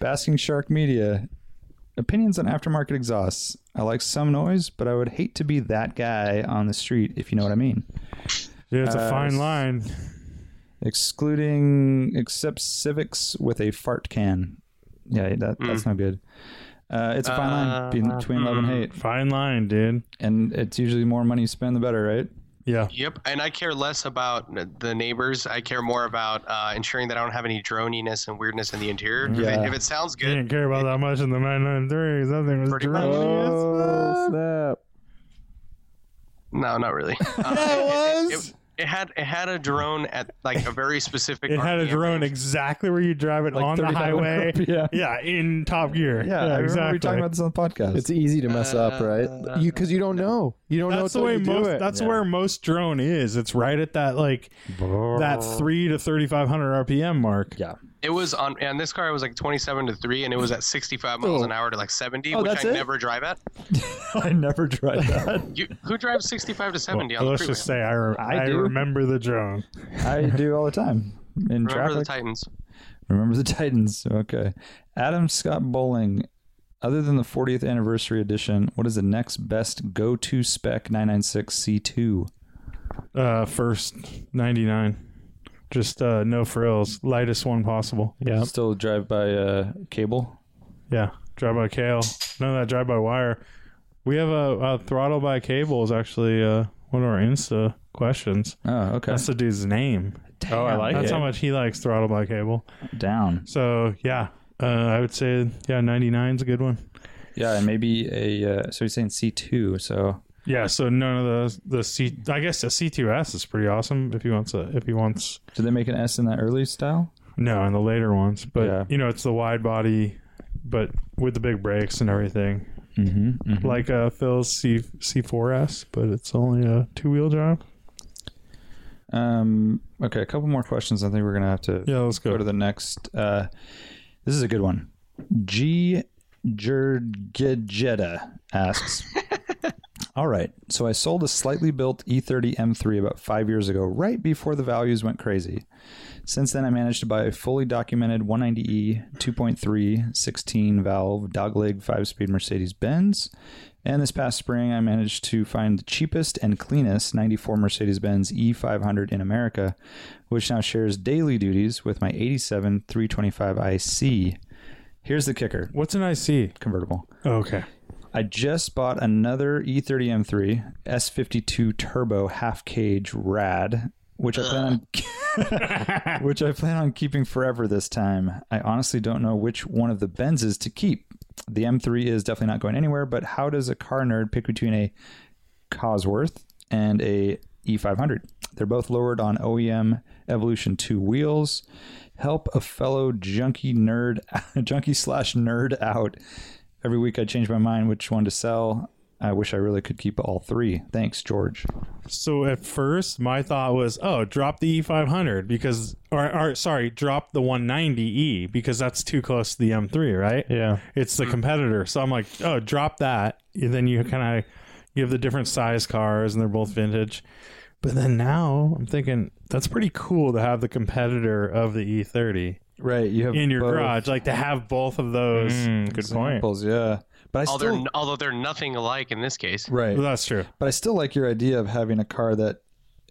Basking Shark Media. Opinions on aftermarket exhausts. I like some noise, but I would hate to be that guy on the street, if you know what I mean. Dude, it's a fine line. excluding except civics with a fart can. Yeah, that, that's not good. Uh, it's a fine line between, between love and hate, Fine line, dude. and it's usually the more money you spend, the better, right? Yeah. Yep, and I care less about the neighbors. I care more about uh, ensuring that I don't have any droniness and weirdness in the interior. If, Yeah. it, if it sounds You good, didn't care about that much in the 993. Something was Pretty drunk. much. Oh, snap. no, not really. Um, it, it- it had it had a drone at like a very specific. It had a RPM. drone exactly where you drive it on the 35 highway. and up, yeah. Yeah, in Top Gear. Yeah, e-, I remember exactly. we talking about this on the podcast. It's easy to mess up, right? You because you don't know. You don't Uh, that's the know way until you do most. it. That's where most drone is. It's right at that like that three to thirty five hundred RPM mark. yeah, It was on and this car was like 27 to 3 and it was at 65 miles an hour to like 70, which Oh. that's I it? never drive at. I never tried that. You, who drives 65 to 70 on the Let's freeway? just say I, re- I, do. remember the drone. I do all the time in Remember the traffic. Titans. Remember the Titans. Okay, Adam Scott Bowling. Other than the 40th anniversary edition, what is the next best go to spec 996 C2? Uh, first ninety nine, just uh, no frills, lightest one possible. Yeah. Still drive by uh, cable? Yeah, drive by cable. None of that drive by wire. We have a, a throttle by cable is actually uh, one of our Insta questions. Oh, okay. That's the dude's name. Oh, I like That's it. how much he likes throttle by cable. Down. So yeah, uh, I would say yeah, ninety nine's a good one. Yeah, and maybe a. Uh, so he's saying C2. So Yeah, so none of the the C. I guess the C2S is pretty awesome if he wants a if he wants did they make an S in that early style? no in the later ones, but Yeah. you know it's the wide body, but with the big brakes and everything, Mm-hmm. like uh, Phil's C C4S, but it's only a two wheel drive. Um, okay, a couple more questions. I think we're gonna have to Yeah, let's go go. to the next. Uh, this is a good one. G. Jurgejetta asks. All right, so I sold a slightly built E E30 M3 about five years ago, right before the values went crazy. Since then, I managed to buy a fully documented E, 190E 2.3 16 valve dogleg five speed Mercedes Benz. And this past spring, I managed to find the cheapest and cleanest 94 Mercedes Benz E500 in America, which now shares daily duties with my 87 325 IC. Here's the kicker What's an IC? convertible. Oh, Okay, I just bought another E E30 M3 S52 Turbo half cage rad, which I plan on which I plan on keeping forever this time. I honestly don't know which one of the Benzes to keep. The M3 is definitely not going anywhere, but how does a car nerd pick between a Cosworth and a E500? They're both lowered on OEM Evolution 2 wheels. Help a fellow junkie nerd, junkie slash nerd out. Every week I change my mind which one to sell. I wish I really could keep all three. Thanks, George. so at first my thought was, oh, drop the E500 because or, or sorry, drop the 190E because that's too close to the M3, right? Yeah. it's the competitor. So I'm like, oh, drop that. And then you kind of give the different size cars, and they're both vintage. But then now I'm thinking that's pretty cool to have the competitor of the E30 Right, you have in your both garage, like to have both of those. Mm, good point. examples, yeah. But I Although, still although they're nothing alike in this case. right, Well, that's true. but I still like your idea of having a car that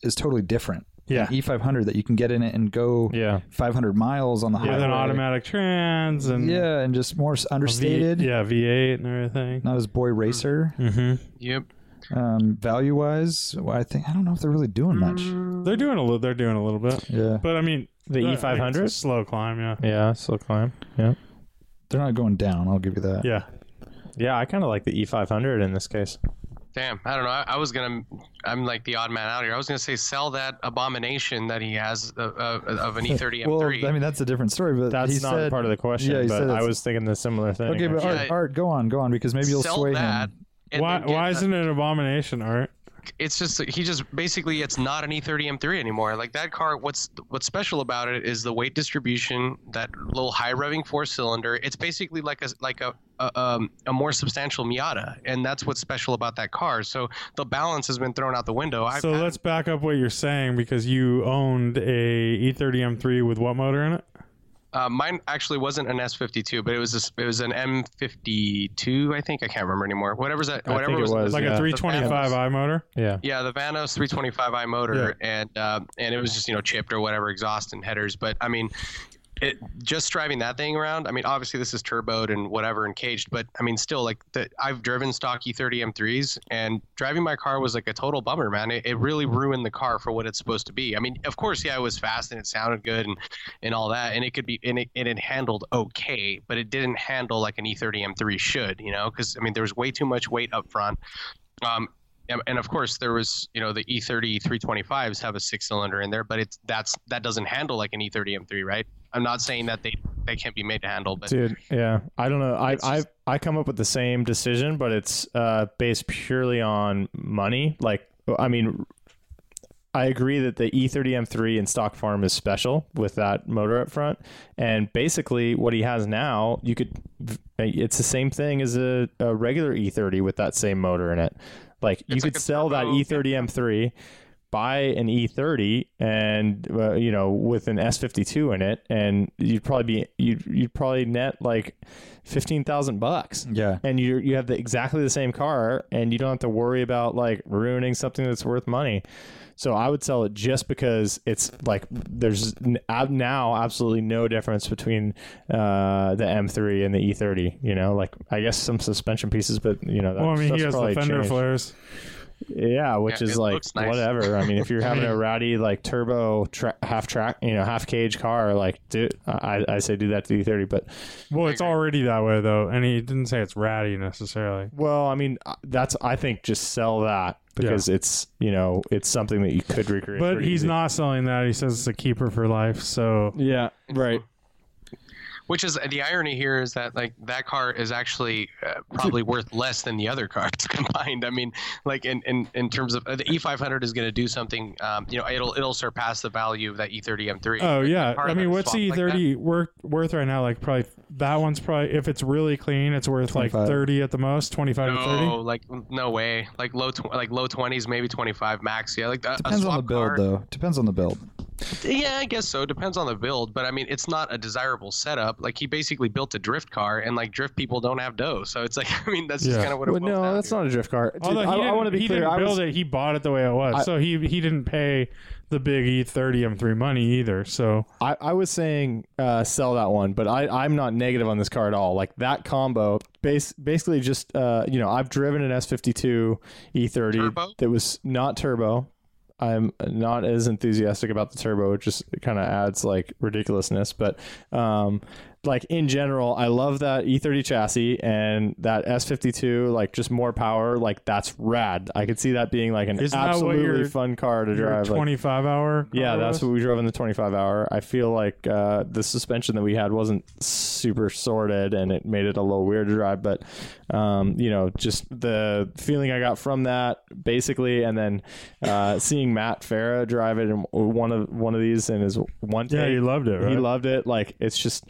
is totally different. Yeah. An E500 that you can get in it and go Yeah. 500 miles on the highway. With an automatic trans Mm. and Yeah, and just more s- V- understated. yeah, V8 and everything. Not as boy Mm. racer. Mm-hmm. Yep. Um, value wise, well, I think I don't know if they're really doing much. They're doing a little. They're doing a little bit. Yeah, But I mean, The I think it's a E500. slow climb. Yeah, Yeah. Slow climb. Yeah. they're not going down. I'll give you that. yeah. Yeah. I kind of like the E500 in this case. Damn, I don't know. I, I was gonna, I'm like the odd man out here. I was gonna say sell that abomination that he has of, of, of an E E30 M3. Well, I mean that's a different story, but That's he not said, part of the question, yeah, he said but I it's- was thinking the similar thing. Okay, but Yeah. Art, Art, go on, go on, because maybe you'll sell sway that. him. and why? then get Why a- isn't it an abomination, Art? it's just that he just basically it's not an E E30 M3 anymore. Like that car, what's what's special about it is the weight distribution, that little high revving four cylinder. It's basically like a like a a, um, a more substantial Miata, and that's what's special about that car. So the balance has been thrown out the window. I've, so had- let's back up what you're saying because you owned a E E30 M3 with what motor in it? uh, mine actually wasn't an S52, but it was a s it was an M52, I think. I can't remember anymore. Whatever's that, I whatever think it in the- was, Like yeah. a 325i motor. Yeah. Yeah, the Vanos 325i motor, and uh, and it was just you know chipped or whatever exhaust and headers. But I mean, it, just driving that thing around. I mean, obviously this is turboed and whatever and caged, but I mean, still like the, I've driven stock E30 M3s, and driving my car was like a total bummer, man. It, it really ruined the car for what it's supposed to be. I mean, of course, yeah, it was fast and it sounded good and and all that, and it could be and it, and it handled okay, but it didn't handle like an E E30 M3 should, you know, because I mean there was way too much weight up front. Um, and, and of course, there was you know the E E30 325s have a six cylinder in there, but it's that's that doesn't handle like an E E30 M3, right? I'm not saying that they they can't be made to handle, but Dude, yeah. I don't know. I, It's I just- I come up with the same decision, but it's uh, based purely on money. Like, I mean, I agree that the E E30 M3 in stock farm is special with that motor up front, and basically what he has now, you could, it's the same thing as a, a E regular E30 with that E same motor in it. Like, you It's like could a sell that turbo- E30 M3. buy an E30 and uh, you know with an S52 in it, and you'd probably be you'd you'd probably net like fifteen thousand bucks. Yeah. And you you have the, exactly the same car, and you don't have to worry about like ruining something that's worth money. So I would sell it just because it's like there's n- ab- now absolutely no difference between uh, the M3 and the E30. You know, like I guess some suspension pieces, but you know, that, Well, I mean, that's he has the probably fender changed. flares. Yeah, which Yeah, is it like looks nice. whatever. I mean, if you're having a rowdy like turbo tra- half track, you know, half cage car, like do I, I say do that to E30, but Well, it's already that way though, and he didn't say it's ratty necessarily. well, I mean, uh, that's I think just sell that because it's you know it's something that you could recreate. But pretty he's easy. not selling that. He says it's a keeper for life. So Yeah, right. Which is the irony here is that like that car is actually uh, probably worth less than the other cars combined. I mean, like in in, in terms of uh, the E500 is going to do something. Um, you know, it'll it'll surpass the value of that E E30 M3. Oh E yeah, car I mean, that what's the swapped like E30 worth worth right now? Like probably that one's probably if it's really clean, it's worth like 25. thirty at the most, twenty five to No, thirty. like no way. Like low, tw- like low twenties, maybe twenty five max. Yeah, like a, a Depends on the swap build, car- though. Depends on the build. Yeah, I guess so. Depends on the build, but I mean, it's not a desirable setup. Like he basically built a drift car, and like drift people don't have dough, so it's like I mean, that's just Yeah. kind of what. Well, it boils no, down that's to. not a drift car. Dude, Although he I, didn't, I want to be he clear. didn't I build was, it, he bought it the way it was. I- so he he didn't pay the big E E30 M3 money either. So I, I was saying uh, sell that one, but I, I'm not negative on this car at all. Like that combo, base, basically just uh, you know, I've driven an S52 E30 Turbo? that was not turbo. I'm not as enthusiastic about the turbo. It just kind of adds like ridiculousness, but um, like in general, I love that E30 chassis and that S52. Like just more power. Like that's rad. I could see that being like an Isn't that what absolutely your- fun car to drive. like- twenty five hour. yeah, car that's was? what we drove in the 25 hour. I feel like uh, the suspension that we had wasn't super sorted and it made it a little weird to drive. But, um, you know, just the feeling I got from that basically. And then uh, seeing Matt Farah drive it in one of one of these and his one yeah, take, he loved it. Right? he loved it. Like, it's just,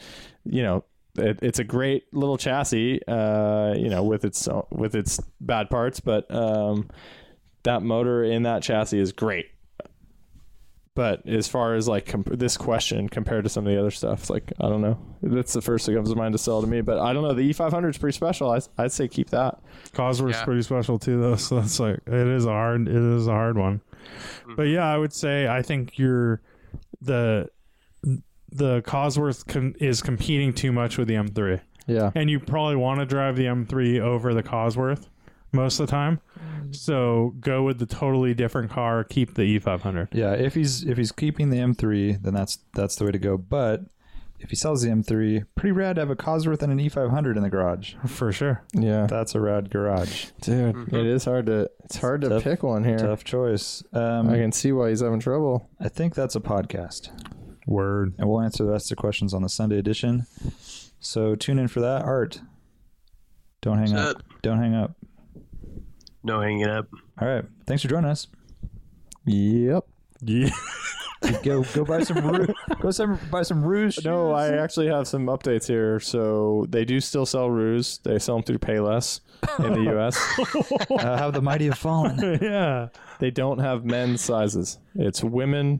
you know, it, it's a great little chassis, uh, you know, with its with its bad parts, but um, that motor in that chassis is great. But as far as like comp- this question compared to some of the other stuff, it's like I don't know. That's the first thing that comes to mind to sell to me. But I don't know. The E500 is pretty special. I, I'd say keep that. Cosworth's Yeah. pretty special too, though. So it's like it is a hard, it is a hard one. Hmm. But yeah, I would say I think you're the the Cosworth com- is competing too much with the M3, Yeah. and you probably want to drive the M3 over the Cosworth most of the time. Mm. So go with the totally different car. Keep the E E500. Yeah, if he's if he's keeping the M3, then that's that's the way to go. But if he sells the M3, pretty rad to have a Cosworth and an E500 in the garage. For sure. Yeah. That's a rad garage. Dude, it is hard to it's hard to Tough- pick one here. Tough choice. Um, I can see why he's having trouble. I think that's a podcast, Word. and we'll answer the rest of the questions on the Sunday edition. So tune in for that. Art, don't hang What's up. Don't hang up. no hanging up. All right. Thanks for joining us. Yep. Yeah. Go go buy some Ru- go some buy some Rouge. No, I actually have some updates here. So they do still sell ruse. They sell them through Payless in the U.S. uh, how the mighty have fallen. yeah. they don't have men's sizes. It's women,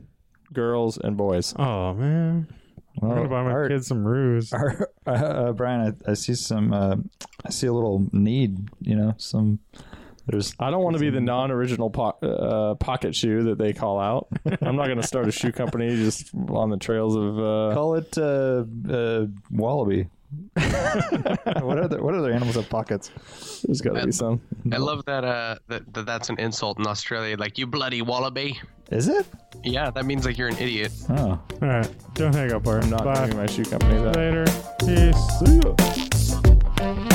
girls, and boys. Oh man. I'm gonna buy my Art. kids some ruse. Our, uh, uh, Brian, I, I see some. Uh, I see a little need. You know, some. There's. I don't want to be the non-original po- uh, pocket shoe that they call out. I'm not going to start a shoe company just on the trails of. Uh, Call it uh, uh, wallaby. what other What other animals have pockets? there's got to be some. I love that. Uh, that, that that's an insult in Australia. Like you bloody wallaby. Is it? Yeah, that means like you're an idiot. Oh. All right. Don't hang up, Art. I'm not Bye. naming my shoe company that. Later. Peace. Good job.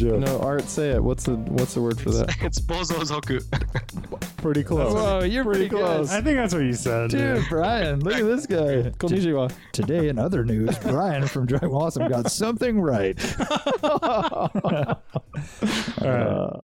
No, Art, say it. What's the What's the word for that? It's bozozoku. pretty close. Whoa, you're pretty close. I think that's what you said. Dude, Brian, look at this guy. Konnichiwa. Today in other news, Brian from Drive Awesome got something right. Uh, All right.